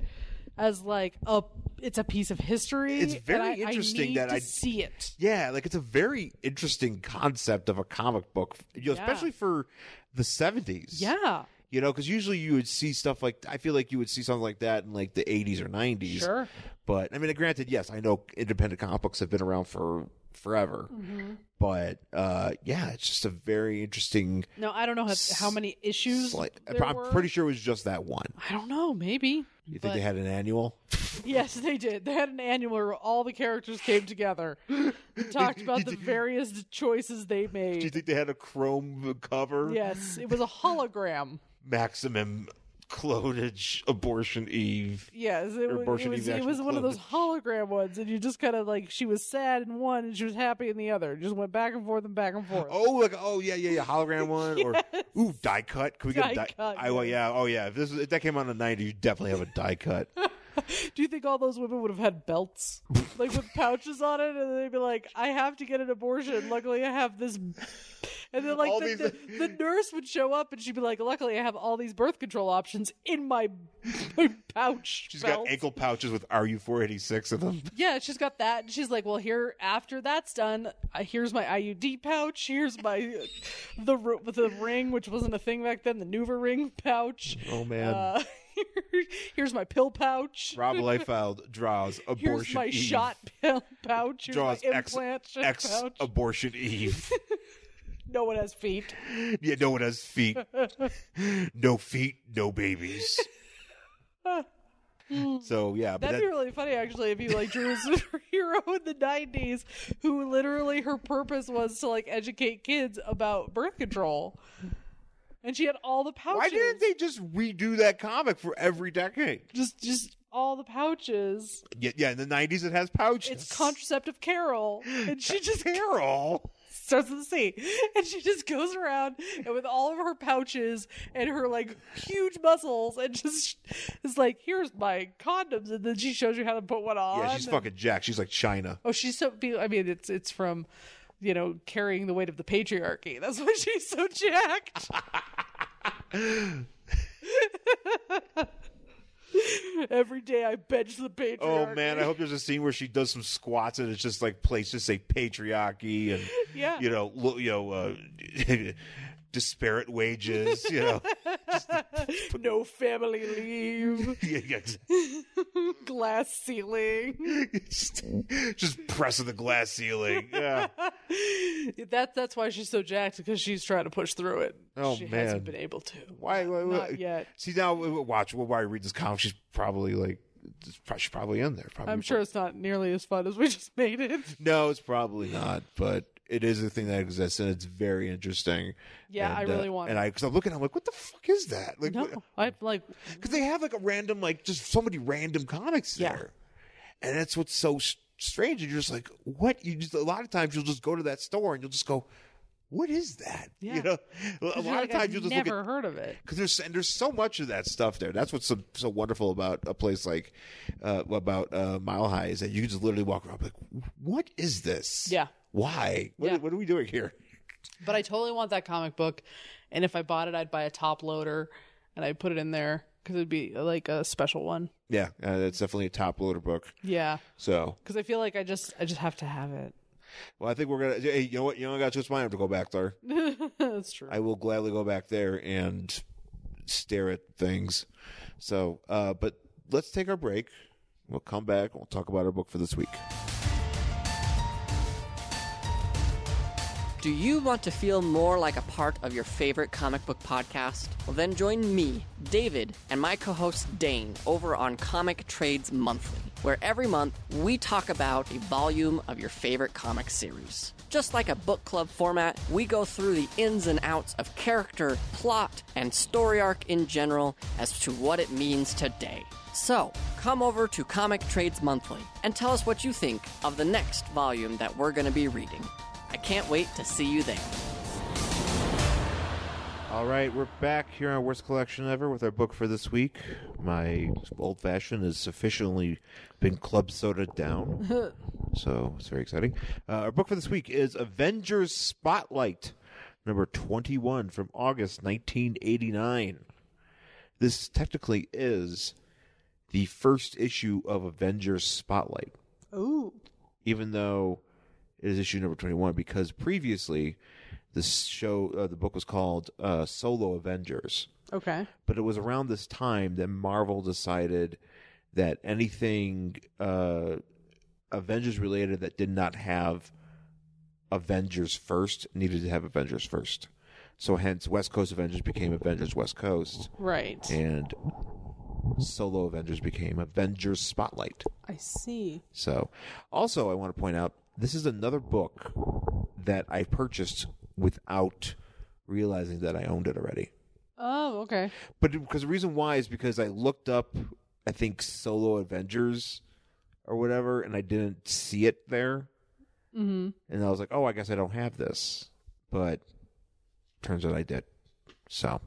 as like a it's a piece of history. It's and very I- I interesting need that to I- see it. Yeah, like it's a very interesting concept of a comic book, you know, Yeah. especially for the 70s. Yeah, You know, because usually you would see stuff like, I feel like you would see something like that in like the 80s or 90s. sure. But I mean, granted, yes, I know independent comic books have been around for forever. Mm-hmm. But uh, yeah, it's just a very interesting. No, I don't know how, how many issues. Slight, there I'm were. pretty sure it was just that one. I don't know. Maybe. You think But- they had an annual? Yes, they did. They had an annual where all the characters came together, and talked about the various choices they Do you made. think they had a chrome cover? Yes, it was a hologram. Maximum clonage, abortion Eve. Yes, it, wa- it abortion was. is actually It was one of those hologram ones, and you just kind of like she was sad in one, and she was happy in the other. It Just went back and forth and back and forth. Oh, like oh yeah, yeah, yeah, hologram one or ooh die cut. Can we get Die a die? cut, I, well, yeah, oh yeah. If this is, if that came out in the '90s, you definitely have a die cut. Do you think all those women would have had belts, like with pouches on it, and they'd be like, "I have to get an abortion. Luckily, I have this." And then, like All the, these- the, the nurse would show up, and she'd be like, "Luckily, I have all these birth control options in my, my pouch." She's belt. got ankle pouches with RU486 in them. Yeah, she's got that. And she's like, well, here after that's done, uh, here's my IUD pouch. Here's my the ru- the ring, which wasn't a thing back then, the Nuva ring pouch. Oh man, Uh, here's my pill pouch. Rob Liefeld draws abortion. Here's my Eve, shot pill pouch. Here's Draws my X- implant shot X pouch. abortion Eve. no one has feet. yeah, no one has feet. No feet, no babies. Hmm. so yeah, but That'd that, be really funny, actually, if you like drew a superhero in the '90s who literally her purpose was to like educate kids about birth control, and she had all the pouches. why didn't they just redo that comic for every decade? just just all the pouches. Yeah, yeah. In the '90s, it has pouches. It's contraceptive Carol, and she just Carol. starts with the C, and she just goes around and with all of her pouches and her like huge muscles, and just is like, "Here's my condoms," and then she shows you how to put one on. Yeah, she's and- fucking Jack. She's like China. Oh, she's so. be- I mean, it's it's from. You know, carrying the weight of the patriarchy. That's why she's so jacked. Every day I bench the patriarchy. Oh man, I hope there's a scene where she does some squats and it's just like places just say patriarchy and Yeah. you know, lo- you know, uh, disparate wages. You know, no family leave, Yeah, yeah, ex- glass ceiling. just, just pressing the glass ceiling. Yeah, That that's why she's so jacked because she's trying to push through it. Oh, she man. hasn't been able to. why? why, why? Not yet. See now, w- w- watch. Well, why I read this comic? She's probably like, it's prob- she's probably in there. Probably, I'm sure it's not nearly as fun as we just made it. No, it's probably not. But it is a thing that exists, and it's very interesting. Yeah, I And, uh, really want And it. I, because I'm looking, I'm like, what the fuck is that? Like, No, I like. because they have like a random, like just so many random comics Yeah. there, and that's what's so s- strange. And you're just like, what? You just a lot of times you'll just go to that store and you'll just go, what is that? Yeah. You know, a lot you're of like, times I've you'll just never look at. heard of it. Because there's and there's so much of that stuff there. That's what's so, so wonderful about a place like uh, about uh, Mile High is that you can just literally walk around like, what is this? Yeah. Why? What, Yeah. what are we doing here? But I totally want that comic book, and if I bought it, I'd buy a top loader and I'd put it in there because it'd be like a special one. Yeah, uh, that's definitely a top loader book. Yeah, So, because I feel like I just I just have to have it. well, I think we're gonna. Hey, you know what? You know, I got to mine. I have to go back there. That's true. I will gladly go back there and stare at things. So, uh, but let's take our break. We'll come back. We'll talk about our book for this week. Do you want to feel more like a part of your favorite comic book podcast? Well, then join me, David, and my co host Dane over on Comic Trades Monthly, where every month we talk about a volume of your favorite comic series. Just like a book club format, we go through the ins and outs of character, plot, and story arc in general as to what it means today. So, come over to Comic Trades Monthly and tell us what you think of the next volume that we're going to be reading. I can't wait to see you there. All right, we're back here on Worst Collection Ever with our book for this week. My old fashioned has sufficiently been club soda down, so it's very exciting. Uh, our book for this week is Avengers Spotlight, number 21 from August 1989. This technically is the first issue of Avengers Spotlight Ooh, even though it is issue number 21 because previously the show uh, the book was called uh, solo avengers okay, but it was around this time that marvel decided that anything uh, avengers related that did not have avengers first needed to have avengers first so hence west coast avengers became avengers west coast right. and solo avengers became avengers spotlight I see. so, also, I want to point out this is another book that I purchased without realizing that I owned it already. Oh, okay. But because the reason why is because I looked up, I think, Solo Avengers or whatever, and I didn't see it there. Mm-hmm. And I was like, oh, I guess I don't have this. But turns out I did. So,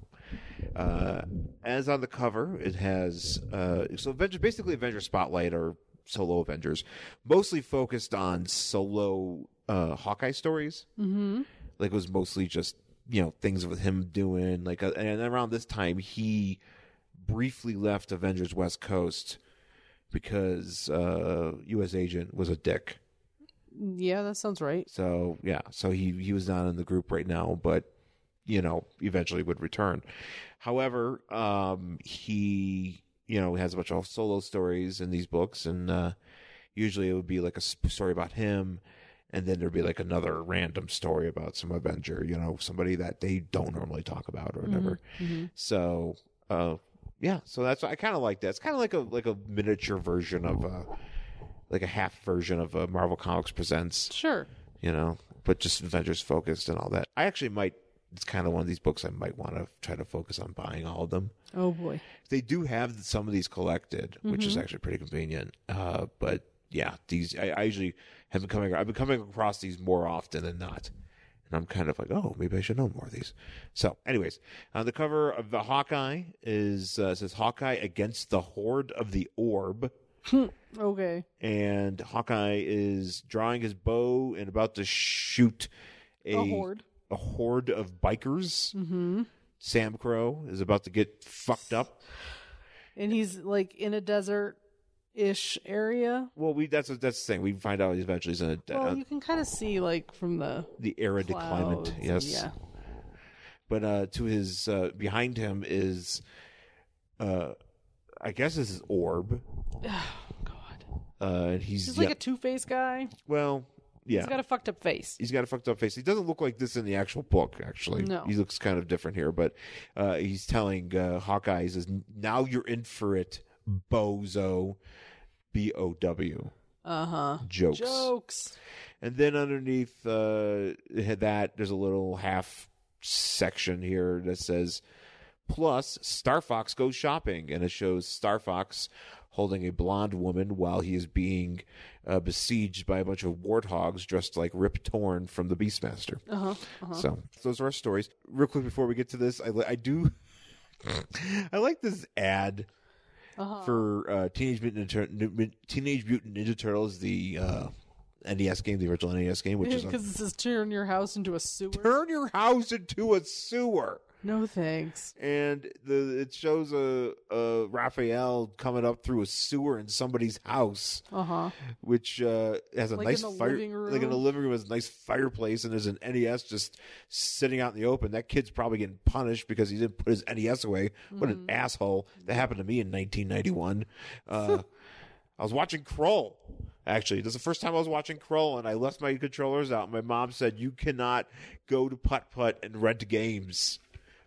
uh, as on the cover, it has uh, so Avengers, basically Avengers Spotlight or solo Avengers, mostly focused on solo uh, Hawkeye stories. Mm-hmm. Like it was mostly just you know things with him doing like, uh, and around this time he briefly left Avengers West Coast because uh, U.S. Agent was a dick. Yeah, that sounds right. So yeah, so he he was not in the group right now, but you know eventually would return. However, um, he you know has a bunch of solo stories in these books, and uh, usually it would be like a s- story about him. And then there'd be like another random story about some Avenger, you know, somebody that they don't normally talk about or whatever. So, uh, yeah, so that's I kind of like that. It's kind of like a like a miniature version of uh, like a half version of uh, Marvel Comics Presents Sure. you know, but just Avengers focused and all that. I actually might. It's kind of one of these books I might want to try to focus on buying all of them. Oh boy. They do have some of these collected, which is actually pretty convenient. Uh, but yeah, these I, I usually have been coming. I've been coming across these more often than not, and I'm kind of like, oh, maybe I should own more of these. So, anyways, on the cover of the Hawkeye is uh, says Hawkeye against the horde of the orb Okay. and Hawkeye is drawing his bow and about to shoot a, A horde. a horde of bikers. Mm-hmm. Sam Crow is about to get fucked up. And he's like in a desert ish area. Well, we that's what that's the thing. We find out he's eventually he's in a, Well, uh, you can kind of see like from the the era clouds. declinant. Yes, Yeah. but uh, to his uh, behind him is, uh, I guess this is orb. Oh, God. Uh, and he's, He's yeah, like a two faced guy. well, yeah. He's got a fucked up face. he's got a fucked up face. He doesn't look like this in the actual book, actually. No. He looks kind of different here, but uh, he's telling uh, Hawkeye, he says, Now you're in for it, bozo. B O W. Uh huh. jokes. Jokes. And then underneath uh, that, there's a little half section here that says, plus Star Fox goes shopping. And it shows Star Fox holding a blonde woman while he is being uh, besieged by a bunch of warthogs dressed like Rip Torn from the Beastmaster. Uh huh. Uh-huh. So those are our stories. Real quick before we get to this, I, li- I do. I like this ad Uh-huh. for uh, Teenage Mutant Ninja, Tur- Nin- Teenage Mutant Ninja Turtles, the uh, NES game, the original NES game, which is a- Because this is turn your house into a sewer. turn your house into a sewer. no thanks. And the it shows a, a Raphael coming up through a sewer in somebody's house, Uh huh. which uh, has a Like nice in the fire, living like in the room? living room, has a nice fireplace, and there's an NES just sitting out in the open. That kid's probably getting punished because he didn't put his NES away. What Mm-hmm. an asshole! That happened to me in 1991. Uh, I was watching Kroll. Actually, this is the first time I was watching Kroll, and I left my controllers out. My mom said, "You cannot go to putt putt and rent games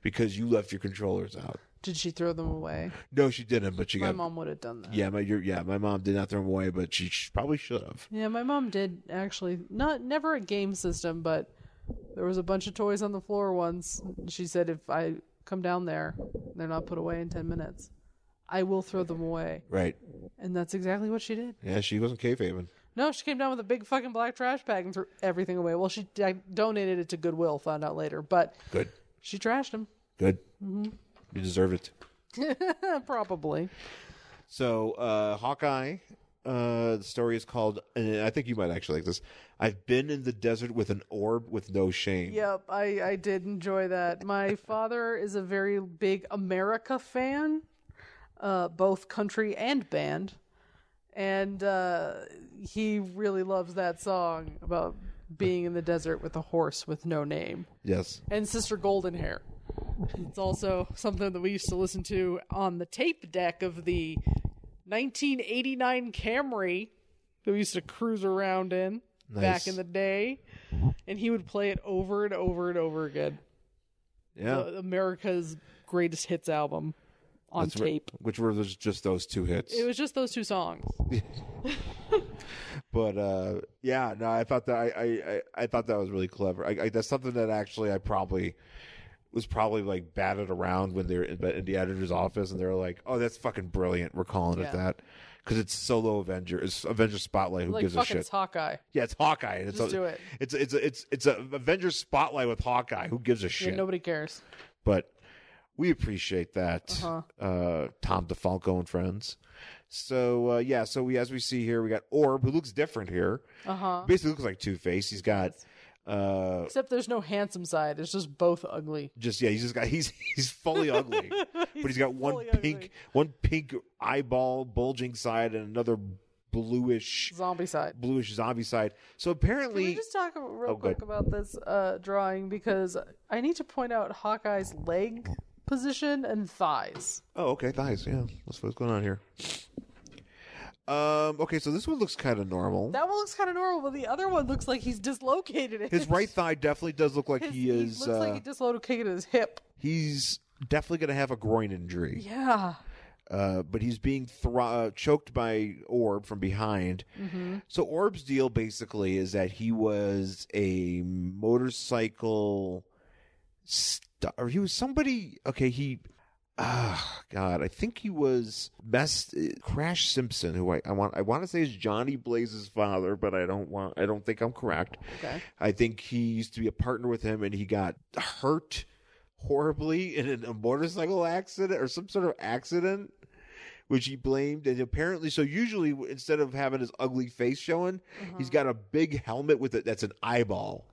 because you left your controllers out." Did she throw them away? No, she didn't, but she My got. mom would have done that. Yeah, my your, yeah, my mom did not throw them away, but she, sh probably should have. Yeah, my mom did actually. Not never a game system, but there was a bunch of toys on the floor once. She said if I come down there, they're not put away in 10 minutes. I will throw them away. Right? And that's exactly what she did. Yeah, she wasn't kayfabing. No, she came down with a big fucking black trash bag and threw everything away. Well, she d- donated it to Goodwill, found out later, but Good. she trashed them. Good. You deserved it. Probably. So, uh, Hawkeye, uh, the story is called, and I think you might actually like this. I've been in the desert with an orb with no shame. Yep, I, I did enjoy that. My father is a very big America fan, uh, both country and band. And uh, he really loves that song about being in the desert with a horse with no name. Yes. And Sister Golden Hair. It's also something that we used to listen to on the tape deck of the 1989 Camry that we used to cruise around in Nice. back in the day. And he would play it over and over and over again. Yeah. Uh, America's greatest hits album on That's where- tape. which were those- just those two hits. It was just those two songs. but uh, yeah, no, I thought that I, I, I, I thought that was really clever. I, I, that's something that actually I probably was probably like batted around when they were in, in the editor's office, and they were like, "Oh, that's fucking brilliant. We're calling Yeah. it that." Because it's solo Avenger, it's Avenger Spotlight. Who Like gives a fucking shit? it's Hawkeye. Yeah, it's Hawkeye. and It's Just a, do it. It's it's it's it's a Avengers spotlight with Hawkeye. Who gives a Yeah, shit? nobody cares. but we appreciate that, Uh-huh. uh, Tom DeFalco and friends. So uh, yeah, so we as we see here, we got Orb, who looks different here. Uh huh. Basically, looks like Two Face. He's got. Uh, Except there's no handsome side. It's just both ugly. just yeah, he's just got he's he's fully ugly, but he's got one fully pink ugly. one pink eyeball bulging side and another bluish Zombie side. bluish zombie side. So Can we apparently, just talk about- real Oh, go quick ahead. about this uh, drawing because I need to point out Hawkeye's leg position and thighs. Oh, okay, thighs. Yeah, that's what's going on here. Um. Okay, so this one looks kind of normal. That one looks kind of normal, but the other one looks like he's dislocated. It. His right thigh definitely does look like His- he is. looks uh, like he dislocated his hip. he's definitely going to have a groin injury. Yeah. Uh, but he's being thro- uh, choked by Orb from behind. So Orb's deal basically is that he was a motorcycle star. Or he was somebody. Okay, he. Ah, God, I think he was best Crash Simpson, who I, I want. I want to say is Johnny Blaze's father, but I don't want. I don't think I'm correct. Okay. I think he used to be a partner with him, and he got hurt horribly in a motorcycle accident or some sort of accident, which he blamed. And apparently, so usually instead of having his ugly face showing, he's got a big helmet with it that's an eyeball,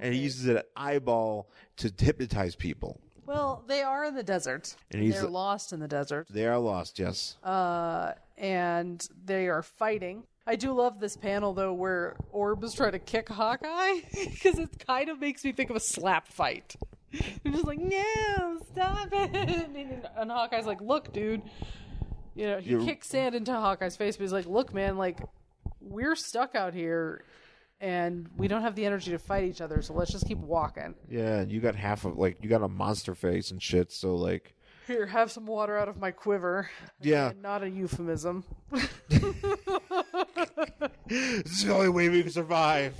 and he uses that eyeball to hypnotize people. Well, they are in the desert. And he's- They're lost in the desert. They are lost. Yes. uh, and they are fighting. I do love this panel though, where Orb is trying to kick Hawkeye because it kind of makes me think of a slap fight. I'm just like, no, stop it! And, and Hawkeye's like, look, dude, you know, he You're- kicks sand into Hawkeye's face, but he's like, look, man, like we're stuck out here and we don't have the energy to fight each other, so let's just keep walking. yeah, and you got half of like you got a monster face and shit. So like, Here, have some water out of my quiver. yeah, Not a euphemism. This is the only way we can survive.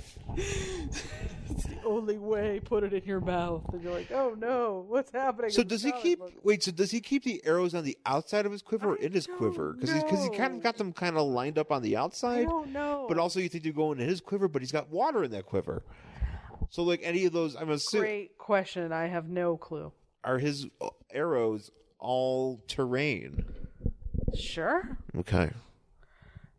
Only way, put it in your mouth, and you're like, oh no, what's happening? So in the does he comic keep? book?" Wait, so does he keep the arrows on the outside of his quiver or I in his don't quiver? Because because he kind know. of got them kind of lined up on the I outside. don't know. But also, you think they're going in his quiver, but he's got water in that quiver. So, like any of those, I'm assuming great question. I have no clue. are his uh, arrows all terrain? Sure. Okay.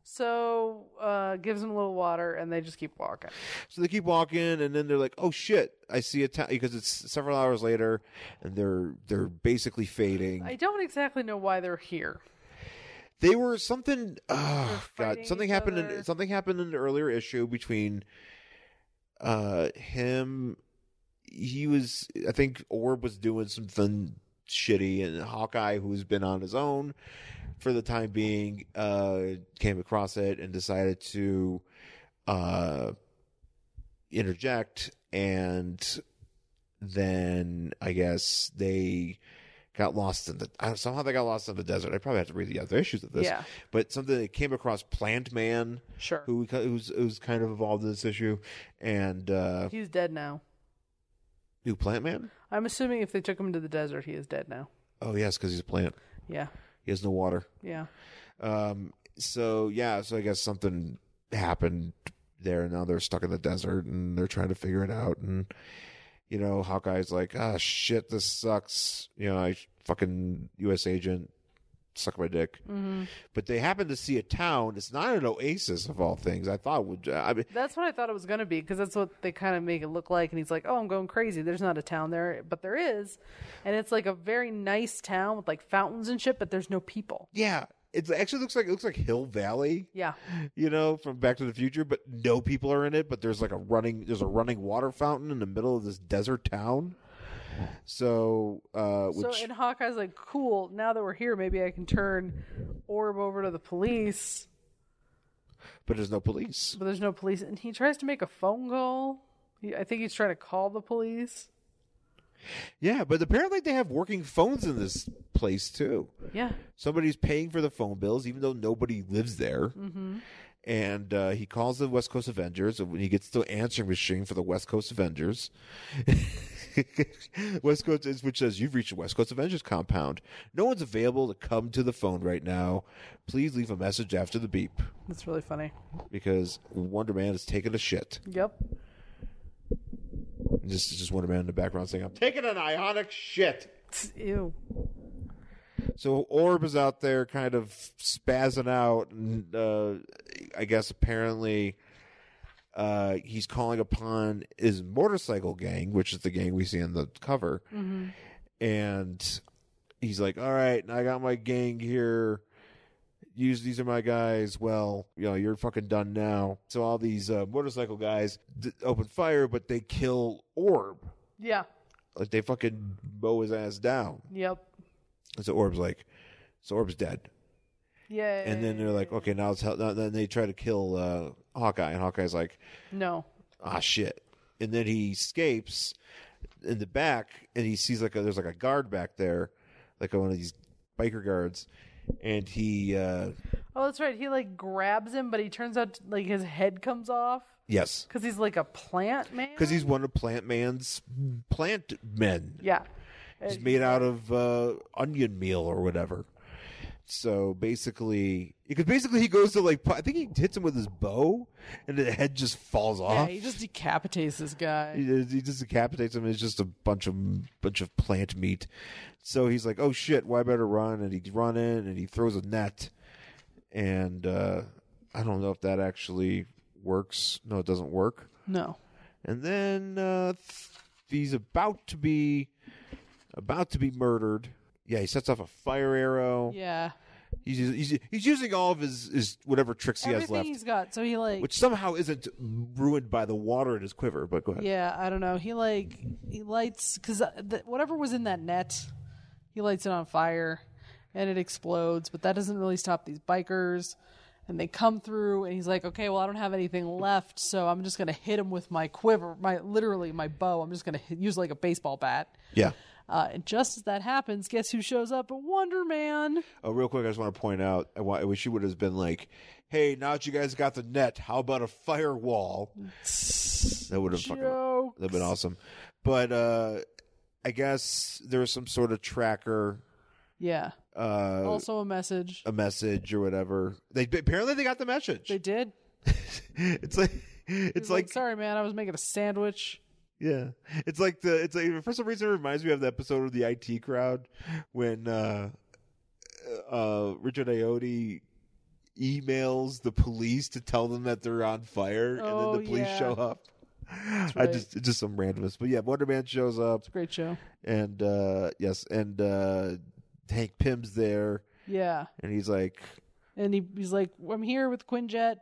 So uh, gives him a little water, and they just keep walking. So they keep walking, and then they're like, "Oh shit! I see a town." Because it's several hours later, and they're they're basically fading. I don't exactly know why they're here. they were something. Oh fighting god! Something each happened. other. In, something happened in an earlier issue between uh him. He was, I think, Orb was doing something shitty, and Hawkeye, who's been on his own for the time being, uh, came across it and decided to uh interject and then I guess they got lost in the I don't, somehow they got lost in the desert. I probably have to read the other issues of this. Yeah. But something they came across Plant Man, Sure. who we ca- who's who's kind of involved in this issue, and uh He's dead now. new Plant Man. I'm assuming if they took him to the desert, he is dead now. Oh yes, because he's a plant. Yeah. He has no water. Yeah. Um. So yeah. So I guess something happened there. and Now they're stuck in the desert and they're trying to figure it out. And you know, Hawkeye's like, ah, shit, this sucks. You know, I fucking U.S. agent suck my dick. But they happen to see a town. It's not an oasis of all things. I thought would. I mean, That's what I thought it was going to be because that's what they kind of make it look like. And he's like, "Oh, I'm going crazy. There's not a town there, but there is, and it's like a very nice town with like fountains and shit, but there's no people." yeah. It actually looks like it looks like Hill Valley, Yeah, you know, from Back to the Future, but no people are in it. But there's like a running, there's a running water fountain in the middle of this desert town. So, uh, which so and Hawkeye's like, "Cool. Now that we're here, maybe I can turn Orb over to the police." but there's no police. But there's no police, and he tries to make a phone call. He, I think he's trying to call the police. Yeah, but apparently they have working phones in this place too. Yeah, Somebody's paying for the phone bills, even though nobody lives there. And uh, he calls the West Coast Avengers, and when he gets the answering machine for the West Coast Avengers, West Coast is which says you've reached the West Coast Avengers compound. No one's available to come to the phone right now. Please leave a message after the beep that's really funny. because Wonder Man is taking a shit. Yep. And This is just Wonder Man in the background saying, "I'm taking an ionic shit." Ew. So Orb is out there kind of spazzing out, and uh, I guess apparently uh, he's calling upon his motorcycle gang, which is the gang we see in the cover. And he's like, All right, I got my gang here. Use these are my guys. Well, you know, you're fucking done now. So all these uh, motorcycle guys d- open fire, but they kill Orb. Yeah. Like they fucking mow his ass down. Yep. And so Orb's like, so Orb's dead. Yeah. And then they're like, okay, now it's hell. Now, then they try to kill uh, Hawkeye, and Hawkeye's like, no. ah, shit. And then he escapes in the back, and he sees like a, there's like a guard back there, like one of these biker guards, and he, uh, Oh, that's right. He like grabs him, but he turns out like his head comes off yes, because he's like a plant man. because he's one of Plant Man's plant men. yeah, It's made out of uh, onion meal or whatever. So basically, because basically he goes to like, pu- I think he hits him with his bow, and the head just falls yeah. off. He just decapitates this guy. He, he just decapitates him. It's just a bunch of bunch of plant meat. So he's like, "Oh shit, why better run?" And he's running, and he throws a net. And uh, I don't know if that actually works. No, it doesn't work. No, And then uh, th- he's about to be about to be murdered. Yeah, he sets off a fire arrow. yeah, He's, he's he's using all of his, his whatever tricks he has everything left, he's got. So he like, which somehow isn't ruined by the water in his quiver. But go ahead. yeah, I don't know. He like he lights because th- whatever was in that net, he lights it on fire, and it explodes. But that doesn't really stop these bikers. And they come through, and he's like, "Okay, well, I don't have anything left, so I'm just gonna hit him with my quiver, my literally my bow. I'm just gonna hit, use like a baseball bat." yeah. Uh, and just as that happens, guess who shows up? Wonder Man. Oh, real quick, I just want to point out. I, want, I wish you would have been like, "Hey, now that you guys got the net, how about a firewall?" That would have fucking Joke. that'd been awesome. But uh I guess there was some sort of tracker, Yeah. uh, also a message. a message or whatever. They apparently they got the message. They did. it's like He's it's like, like sorry, man, I was making a sandwich. Yeah, it's like the it's like for some reason it reminds me of the episode of the IT crowd when uh uh Richard Iotti emails the police to tell them that they're on fire, Oh, and then the police yeah. show up. I right. just it's just some randomness, but yeah, Wonder Man shows up, Great show. and uh yes, and uh Hank Pym's there, Yeah. and he's like, And he, he's like, I'm here with Quinjet.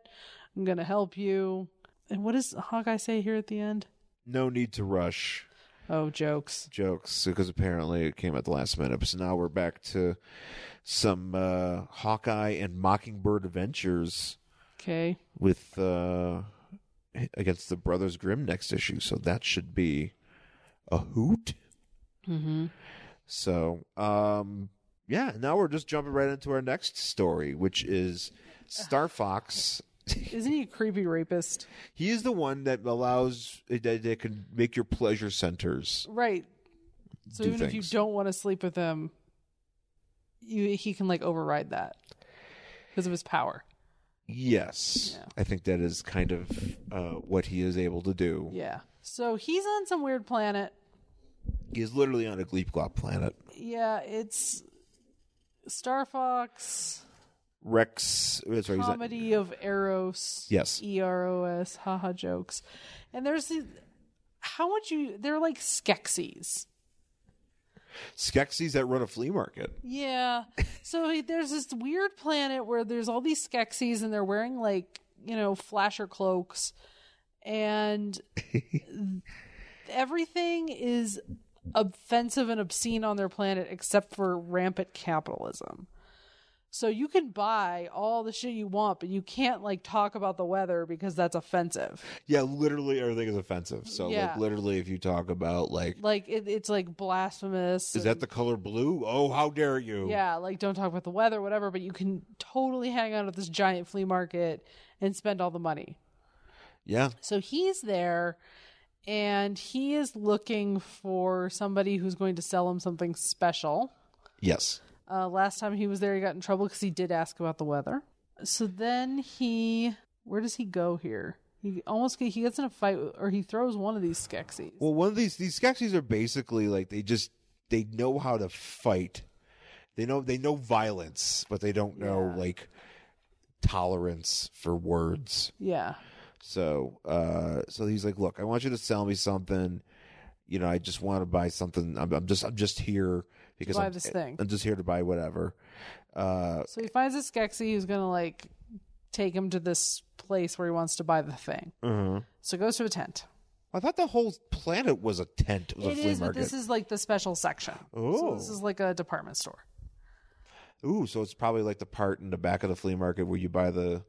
I'm going to help you. And what does Hawkeye say here at the end? "No need to rush." Oh, jokes. jokes because apparently it came at the last minute. But so now we're back to some uh, Hawkeye and Mockingbird adventures Okay. with uh, against the Brothers Grimm next issue. So that should be a hoot. Mm-hmm. So um, yeah, now we're just jumping right into our next story, which is Star Fox. Isn't he a creepy rapist? He is the one that allows that, that can make your pleasure centers. Right. So Do even if you things. don't want to sleep with him, you he can like override that because of his power. Yes, Yeah. I think that is kind of uh, what he is able to do. Yeah. So he's on some weird planet. He's literally on a Gleepglop planet. Yeah, it's Star Fox Rex, that's right. He's on, comedy of Eros. Yes. E R O S. Haha jokes. And there's the, how would you? They're like Skeksis. Skeksis that run a flea market. Yeah. So he- there's this weird planet where there's all these Skeksis and they're wearing like, you know, flasher cloaks and everything is offensive and obscene on their planet except for rampant capitalism. So you can buy all the shit you want, but you can't like talk about the weather because that's offensive. Yeah, literally everything is offensive. So, Yeah. like, literally, if you talk about like, Like it, it's like blasphemous. is that the color blue? Oh, how dare you? Yeah, like don't talk about the weather, whatever, but you can totally hang out at this giant flea market and spend all the money. yeah. So he's there and he is looking for somebody who's going to sell him something special. Yes. Uh, last time he was there, he got in trouble because he did ask about the weather. So then he, where does he go here? He almost get- he gets in a fight with- or he throws one of these Skeksis. Well, one of these these Skeksis are basically like they just they know how to fight. They know they know violence, but they don't know Yeah. like tolerance for words. Yeah, So, uh, so he's like, "Look, I want you to sell me something. You know, I just want to buy something. I'm, I'm just, I'm just here because buy I'm, this thing. I'm just here to buy whatever." Uh, so he finds a Skeksy who's gonna like take him to this place where he wants to buy the thing. Mm-hmm. So goes to a tent. I thought the whole planet was a tent, was a It flea is, but market. this is like the special section. Oh. so this is like a department store. Ooh, so it's probably like the part in the back of the flea market where you buy the,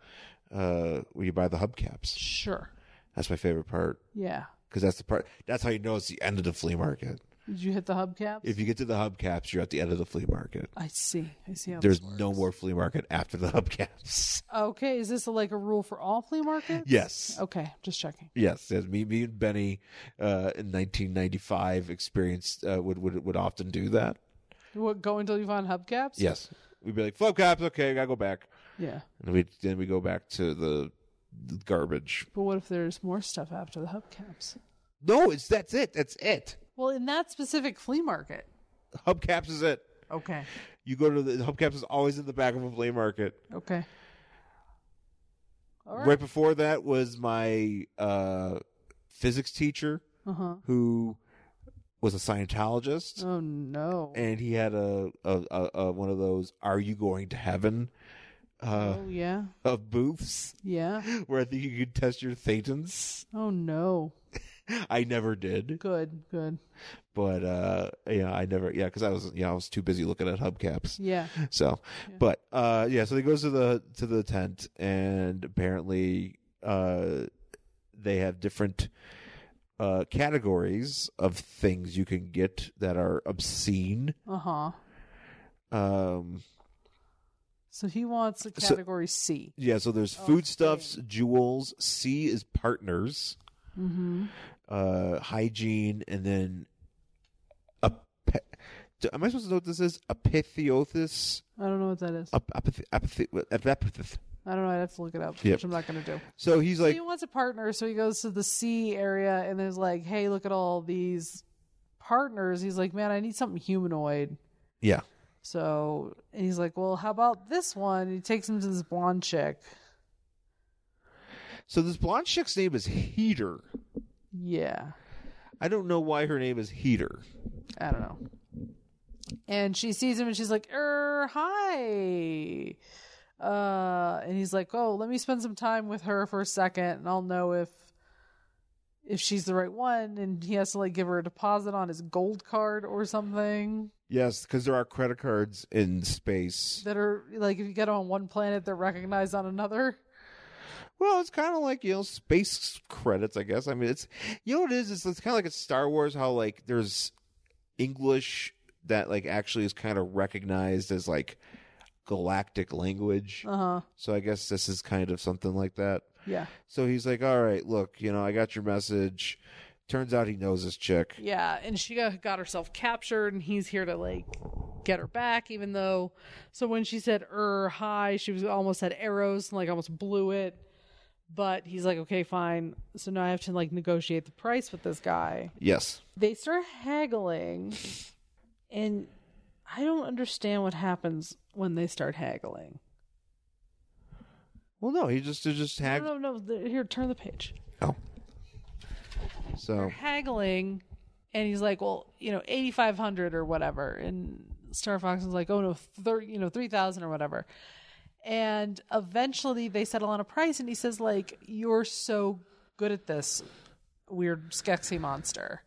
uh, where you buy the hubcaps. Sure. That's my favorite part Yeah. because that's the part. That's how you know it's the end of the flea market. Did you hit the hubcap? If you get to the hubcaps, you're at the end of the flea market. I see. I see how. There's no more flea market after the hubcaps. Okay, is this like a rule for all flea markets? yes. Okay, just checking. Yes, yes. Me, me and Benny uh, in 1995 experienced uh, would would would often do that. What go until you find hubcaps? Yes, we'd be like, "Flip caps, okay, gotta go back," Yeah. and we then we go back to the, the garbage. But what if there's more stuff after the hubcaps? No, it's that's it. That's it. Well, in that specific flea market. Hubcaps is it. Okay. You go to the hubcaps is always in the back of a flea market. Okay. All Right before that was my uh, physics teacher Uh-huh. who was a Scientologist. Oh no. and he had a, a, a, a one of those "Are you going to heaven?" uh, oh yeah. of booths Yeah. where I think you could test your thetans. Oh no. I never did, Good. Good. but uh, yeah, I never, yeah, because I was, yeah, I was too busy looking at hubcaps. Hmm. Yeah. So, but uh, yeah, so he goes to the to the tent, and apparently, uh, they have different uh, categories of things you can get that are obscene. Uh huh. Um, So he wants a So- category C. yeah, so there's Oh, foodstuffs, jewels. C is partners, Mm-hmm. uh, hygiene, and then a. Pe- D- Am I supposed to know what this is? Epithiosis. I don't know what that is. Ap- apathy- apathy- apathy- I don't know. I'd have to look it up, Yep. which I'm not going to do. So he's so like, he wants a partner, so he goes to the C area and there's like, hey, look at all these partners. He's like, man, I need something humanoid. yeah, So, and he's like, well, how about this one? And he takes him to this blonde chick. So this blonde chick's name is Heater. Yeah. I don't know why her name is Heater. I don't know. And she sees him and she's like, er, hi. Uh, and he's like, oh, let me spend some time with her for a second and I'll know if, if she's the right one. And he has to like give her a deposit on his gold card or something Yes, because there are credit cards in space. that are like, if you get on one planet, they're recognized on another. Well, it's kind of like you know space credits, I guess. I mean, it's you know what it is. It's, it's kind of like a Star Wars. How like there's English that like actually is kind of recognized as like galactic language. Uh huh. So I guess this is kind of something like that. Yeah. So he's like, "All right, look, you know, I got your message." Turns out he knows this chick. Yeah, and she got, got herself captured, and he's here to like get her back. Even though, so when she said "er hi," she was almost had arrows and like almost blew it. But he's like, okay, fine. So now I have to like negotiate the price with this guy. Yes. They start haggling, and I don't understand what happens when they start haggling. Well, no, he just he just hag. No, no, no. th- Here, turn the page. Oh. So haggling and he's like well you know 8500 or whatever and star fox is like oh no thir- you know 3000 or whatever and eventually they settle on a price and he says like you're so good at this weird skexy monster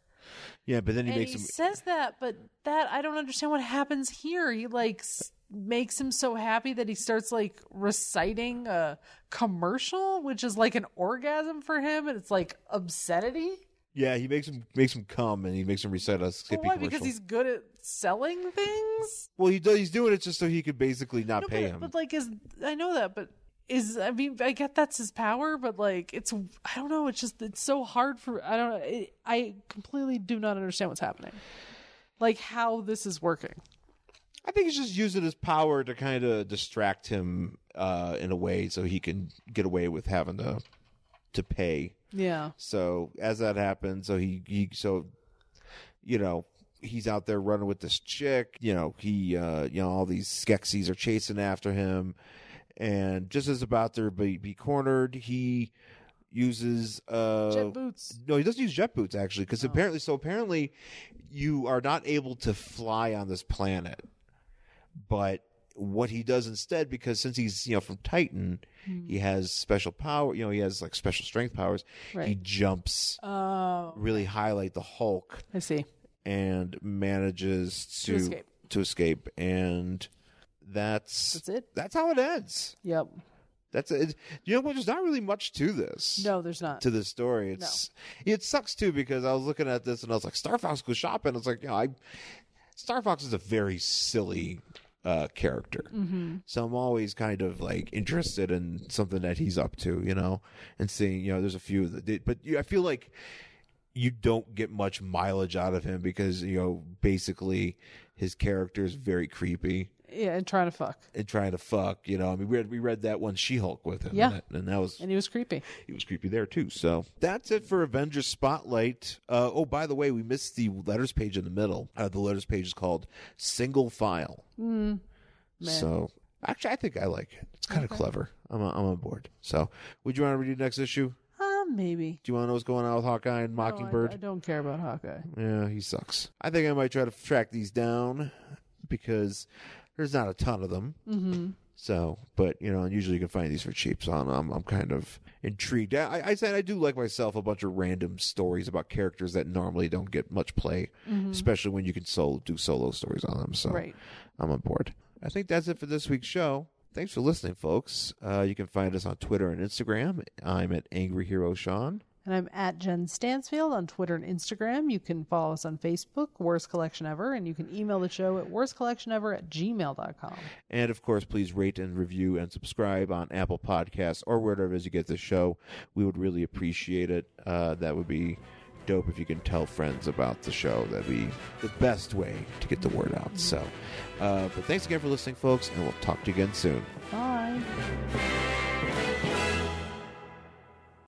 yeah, but then he and makes he him says that but that i don't understand what happens here he like s- makes him so happy that he starts like reciting a commercial which is like an orgasm for him and it's like obscenity yeah he makes him makes him come and he makes him recite a Skippy Well, why? commercial. Because he's good at selling things. well, he does, he's doing it just so he could basically not No, pay but, him. but like, is I know that, but is I mean, I get that's his power, but like, it's I don't know. It's just it's so hard for I don't. know. It, I completely do not understand what's happening. Like how this is working. I think he's just using his power to kind of distract him uh, in a way so he can get away with having to to pay. Yeah. So as that happens, so he, he so you know he's out there running with this chick. You know he uh, you know all these Skeksis are chasing after him, and just as about to be, be cornered, he uses uh Jet boots. no he doesn't use jet boots actually because Oh. apparently so apparently you are not able to fly on this planet but what he does instead because since he's you know from titan Hmm. he has special power you know he has like special strength powers he Right. jumps Oh, really high like the hulk I see. and manages to To escape. to escape. and that's That's it. that's how it ends Yep. that's it you know what there's not really much to this No, there's not. to the story. It's it sucks too because I was looking at this and I was like, Star Fox goes shopping. It's like, you know, I Star Fox is a very silly uh, character, so I'm always kind of like interested in something that he's up to, you know, and seeing you know, there's a few that did, but you, I feel like you don't get much mileage out of him because you know basically his character is very creepy Yeah, and trying to fuck. and trying to fuck you know i mean we read, we read that one she-hulk with him Yeah. and, that, and that was And he was creepy. he was creepy there too. So that's it for Avengers Spotlight. Uh, oh, by the way, we missed the letters page in the middle. Uh, the letters page is called Single File. So actually, I think I like it. It's kind of clever. I'm on, I'm on board. So would you want to read the next issue? Uh, maybe. Do you want to know what's going on with Hawkeye and No, I- Mockingbird? I don't care about Hawkeye. Yeah, he sucks. I think I might try to track these down because there's not a ton of them. Mm-hmm. So, but you know, and usually you can find these for cheap. So I'm I'm, I'm kind of intrigued. I, I said I do like myself a bunch of random stories about characters that normally don't get much play, especially when you can solo do solo stories on them. So Right. I'm on board. I think that's it for this week's show. Thanks for listening, folks. Uh, you can find us on Twitter and Instagram. I'm at Angry Hero Sean. And I'm at Jen Stansfield on Twitter and Instagram. You can follow us on Facebook, Worst Collection Ever, and you can email the show at worstcollectionever at gmail.com. And of course, please rate and review and subscribe on Apple Podcasts or wherever it is you get this show. We would really appreciate it. Uh, that would be dope if you can tell friends about the show. That'd be the best way to get the word out. So, uh, but thanks again for listening, folks, and we'll talk to you again soon. Bye.